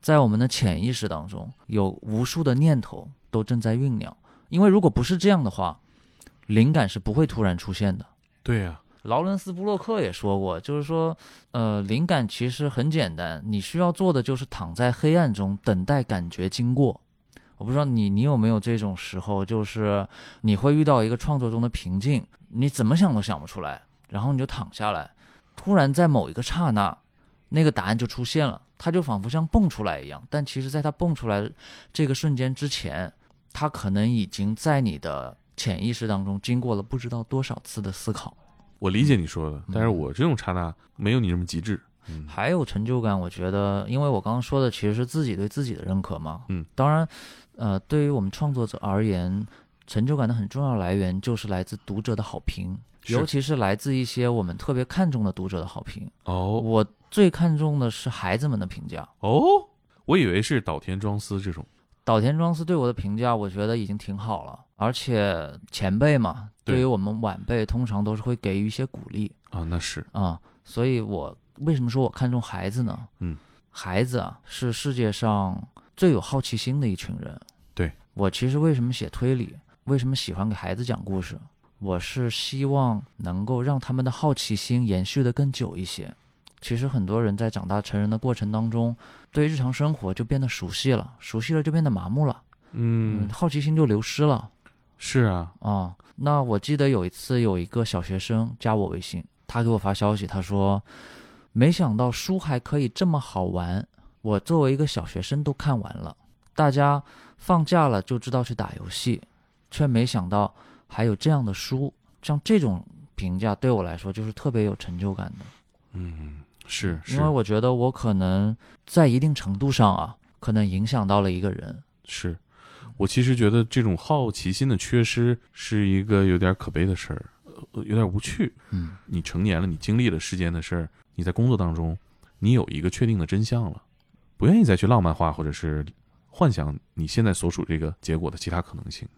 [SPEAKER 2] 在我们的潜意识当中有无数的念头都正在酝酿，因为如果不是这样的话，灵感是不会突然出现的。”
[SPEAKER 1] 对啊呀、
[SPEAKER 2] 劳伦斯·布洛克也说过，就是说，呃，灵感其实很简单，你需要做的就是躺在黑暗中等待感觉经过。我不知道你你有没有这种时候，就是你会遇到一个创作中的瓶颈，你怎么想都想不出来，然后你就躺下来，突然在某一个刹那，那个答案就出现了，它就仿佛像蹦出来一样，但其实在它蹦出来这个瞬间之前，它可能已经在你的潜意识当中经过了不知道多少次的思考。
[SPEAKER 1] 我理解你说的，但是我这种刹那没有你这么极致。嗯
[SPEAKER 2] 还有成就感，我觉得，因为我刚刚说的其实是自己对自己的认可嘛。
[SPEAKER 1] 嗯，
[SPEAKER 2] 当然，呃，对于我们创作者而言，成就感的很重要来源就是来自读者的好评，
[SPEAKER 1] 是
[SPEAKER 2] 尤其是来自一些我们特别看重的读者的好评。
[SPEAKER 1] 哦
[SPEAKER 2] 我最看重的是孩子们的评价。
[SPEAKER 1] 哦，我以为是岛田庄司这种。
[SPEAKER 2] 岛田庄司对我的评价，我觉得已经挺好了，而且前辈嘛，
[SPEAKER 1] 对
[SPEAKER 2] 对于我们晚辈，通常都是会给予一些鼓励。
[SPEAKER 1] 啊，那是
[SPEAKER 2] 啊、所以我为什么说我看重孩子呢？
[SPEAKER 1] 嗯，
[SPEAKER 2] 孩子啊是世界上最有好奇心的一群人。
[SPEAKER 1] 对
[SPEAKER 2] 我其实为什么写推理，为什么喜欢给孩子讲故事，我是希望能够让他们的好奇心延续的更久一些。其实很多人在长大成人的过程当中，对日常生活就变得熟悉了，熟悉了就变得麻木了，
[SPEAKER 1] 嗯
[SPEAKER 2] 好奇心就流失了。
[SPEAKER 1] 是啊，
[SPEAKER 2] 啊、那我记得有一次有一个小学生加我微信，他给我发消息，他说：“没想到书还可以这么好玩，我作为一个小学生都看完了。大家放假了就知道去打游戏，却没想到还有这样的书。”像这种评价对我来说就是特别有成就感的。
[SPEAKER 1] 嗯，是是
[SPEAKER 2] 因为我觉得我可能在一定程度上啊，可能影响到了一个人。
[SPEAKER 1] 是。我其实觉得这种好奇心的缺失是一个有点可悲的事儿，呃有点无趣。
[SPEAKER 2] 嗯
[SPEAKER 1] 你成年了，你经历了世间的事儿，你在工作当中，你有一个确定的真相了，不愿意再去浪漫化或者是幻想你现在所处这个结果的其他可能性。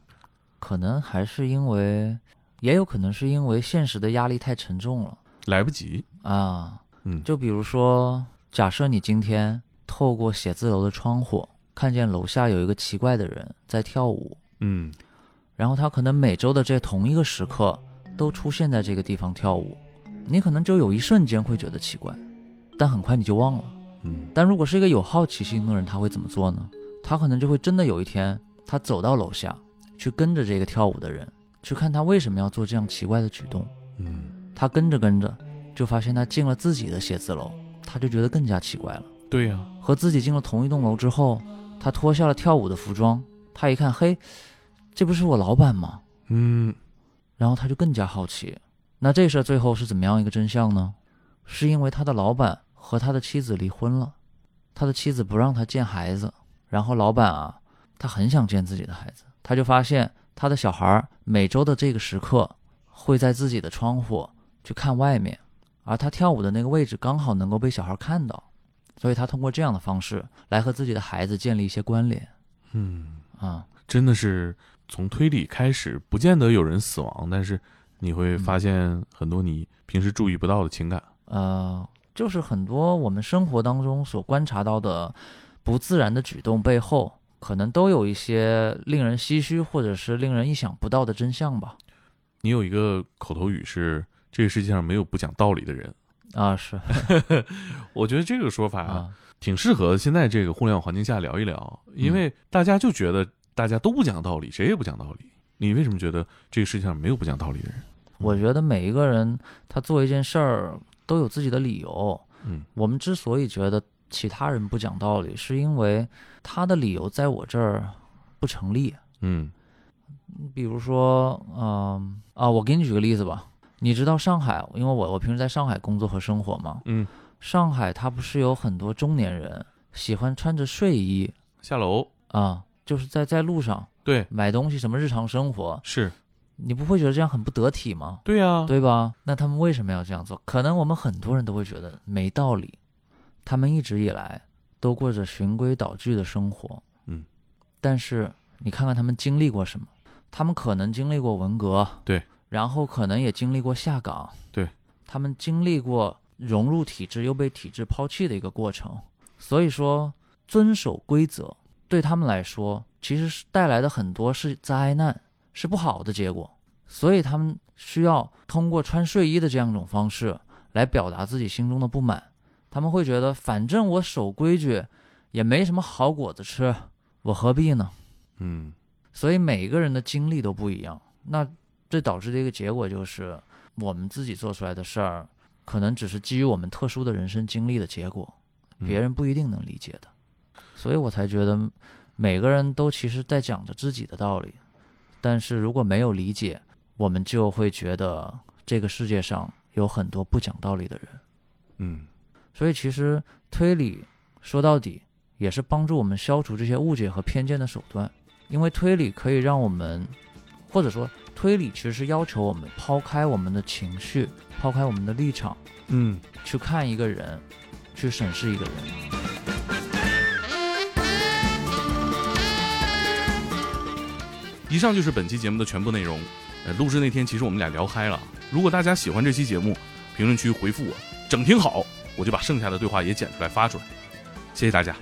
[SPEAKER 2] 可能还是因为，也有可能是因为现实的压力太沉重了
[SPEAKER 1] 来不及，
[SPEAKER 2] 啊。
[SPEAKER 1] 嗯，
[SPEAKER 2] 就比如说，假设你今天透过写字楼的窗户看见楼下有一个奇怪的人在跳舞，
[SPEAKER 1] 嗯
[SPEAKER 2] 然后他可能每周的这同一个时刻都出现在这个地方跳舞，你可能就有一瞬间会觉得奇怪，但很快你就忘了。
[SPEAKER 1] 嗯
[SPEAKER 2] 但如果是一个有好奇心的人，他会怎么做呢？他可能就会真的有一天，他走到楼下去跟着这个跳舞的人，去看他为什么要做这样奇怪的举动。
[SPEAKER 1] 嗯，
[SPEAKER 2] 他跟着跟着，就发现他进了自己的写字楼，他就觉得更加奇怪了。
[SPEAKER 1] 对呀、
[SPEAKER 2] 和自己进了同一栋楼之后，他脱下了跳舞的服装，他一看，嘿，这不是我老板吗？
[SPEAKER 1] 嗯
[SPEAKER 2] 然后他就更加好奇。那这事儿最后是怎么样一个真相呢？是因为他的老板和他的妻子离婚了，他的妻子不让他见孩子，然后老板啊，他很想见自己的孩子，他就发现他的小孩儿每周的这个时刻会在自己的窗户去看外面，而他跳舞的那个位置刚好能够被小孩看到，所以他通过这样的方式来和自己的孩子建立一些关联
[SPEAKER 1] 嗯，
[SPEAKER 2] 啊。
[SPEAKER 1] 真的是从推理开始，不见得有人死亡，但是你会发现很多你平时注意不到的情感。
[SPEAKER 2] 呃，就是很多我们生活当中所观察到的不自然的举动背后，可能都有一些令人唏嘘或者是令人意想不到的真相吧。
[SPEAKER 1] 你有一个口头语是“这个世界上没有不讲道理的人
[SPEAKER 2] 啊，是”，
[SPEAKER 1] 我觉得这个说法、
[SPEAKER 2] 啊，
[SPEAKER 1] 挺适合现在这个互联网环境下聊一聊，
[SPEAKER 4] 嗯
[SPEAKER 1] 因为大家就觉得大家都不讲道理，谁也不讲道理。你为什么觉得这个世界上没有不讲道理的人？
[SPEAKER 2] 我觉得每一个人他做一件事儿都有自己的理由。
[SPEAKER 1] 嗯，
[SPEAKER 2] 我们之所以觉得其他人不讲道理，是因为他的理由在我这儿不成立。
[SPEAKER 1] 嗯
[SPEAKER 2] 比如说，嗯、啊，我给你举个例子吧。你知道上海，因为我我平时在上海工作和生活嘛，
[SPEAKER 1] 嗯，
[SPEAKER 2] 上海它不是有很多中年人喜欢穿着睡衣
[SPEAKER 1] 下楼
[SPEAKER 2] 啊、就是在在路上
[SPEAKER 1] 对
[SPEAKER 2] 买东西，什么日常生活，
[SPEAKER 1] 是
[SPEAKER 2] 你不会觉得这样很不得体吗？
[SPEAKER 1] 对啊呀、
[SPEAKER 2] 对吧？那他们为什么要这样做？可能我们很多人都会觉得没道理。他们一直以来都过着循规蹈矩的生活，
[SPEAKER 1] 嗯，
[SPEAKER 2] 但是你看看他们经历过什么？他们可能经历过文革，
[SPEAKER 1] 对，
[SPEAKER 2] 然后可能也经历过下岗，
[SPEAKER 1] 对，
[SPEAKER 2] 他们经历过融入体制又被体制抛弃的一个过程。所以说，遵守规则对他们来说，其实是带来的很多是灾难，是不好的结果。所以他们需要通过穿睡衣的这样一种方式来表达自己心中的不满。他们会觉得，反正我守规矩，也没什么好果子吃，我何必呢？
[SPEAKER 1] 嗯
[SPEAKER 2] 所以每一个人的经历都不一样，那这导致的一个结果就是，我们自己做出来的事儿，可能只是基于我们特殊的人生经历的结果，
[SPEAKER 1] 嗯
[SPEAKER 2] 别人不一定能理解的。所以我才觉得，每个人都其实在讲着自己的道理，但是如果没有理解，我们就会觉得这个世界上有很多不讲道理的人。
[SPEAKER 1] 嗯
[SPEAKER 2] 所以其实推理说到底也是帮助我们消除这些误解和偏见的手段，因为推理可以让我们，或者说推理其实是要求我们抛开我们的情绪，抛开我们的立场，
[SPEAKER 1] 嗯，
[SPEAKER 2] 去看一个人，去审视一个人。
[SPEAKER 4] 以上就是本期节目的全部内容。呃，录制那天其实我们俩聊嗨了啊。如果大家喜欢这期节目，评论区回复我“整挺好”，我就把剩下的对话也剪出来发出来。谢谢大家，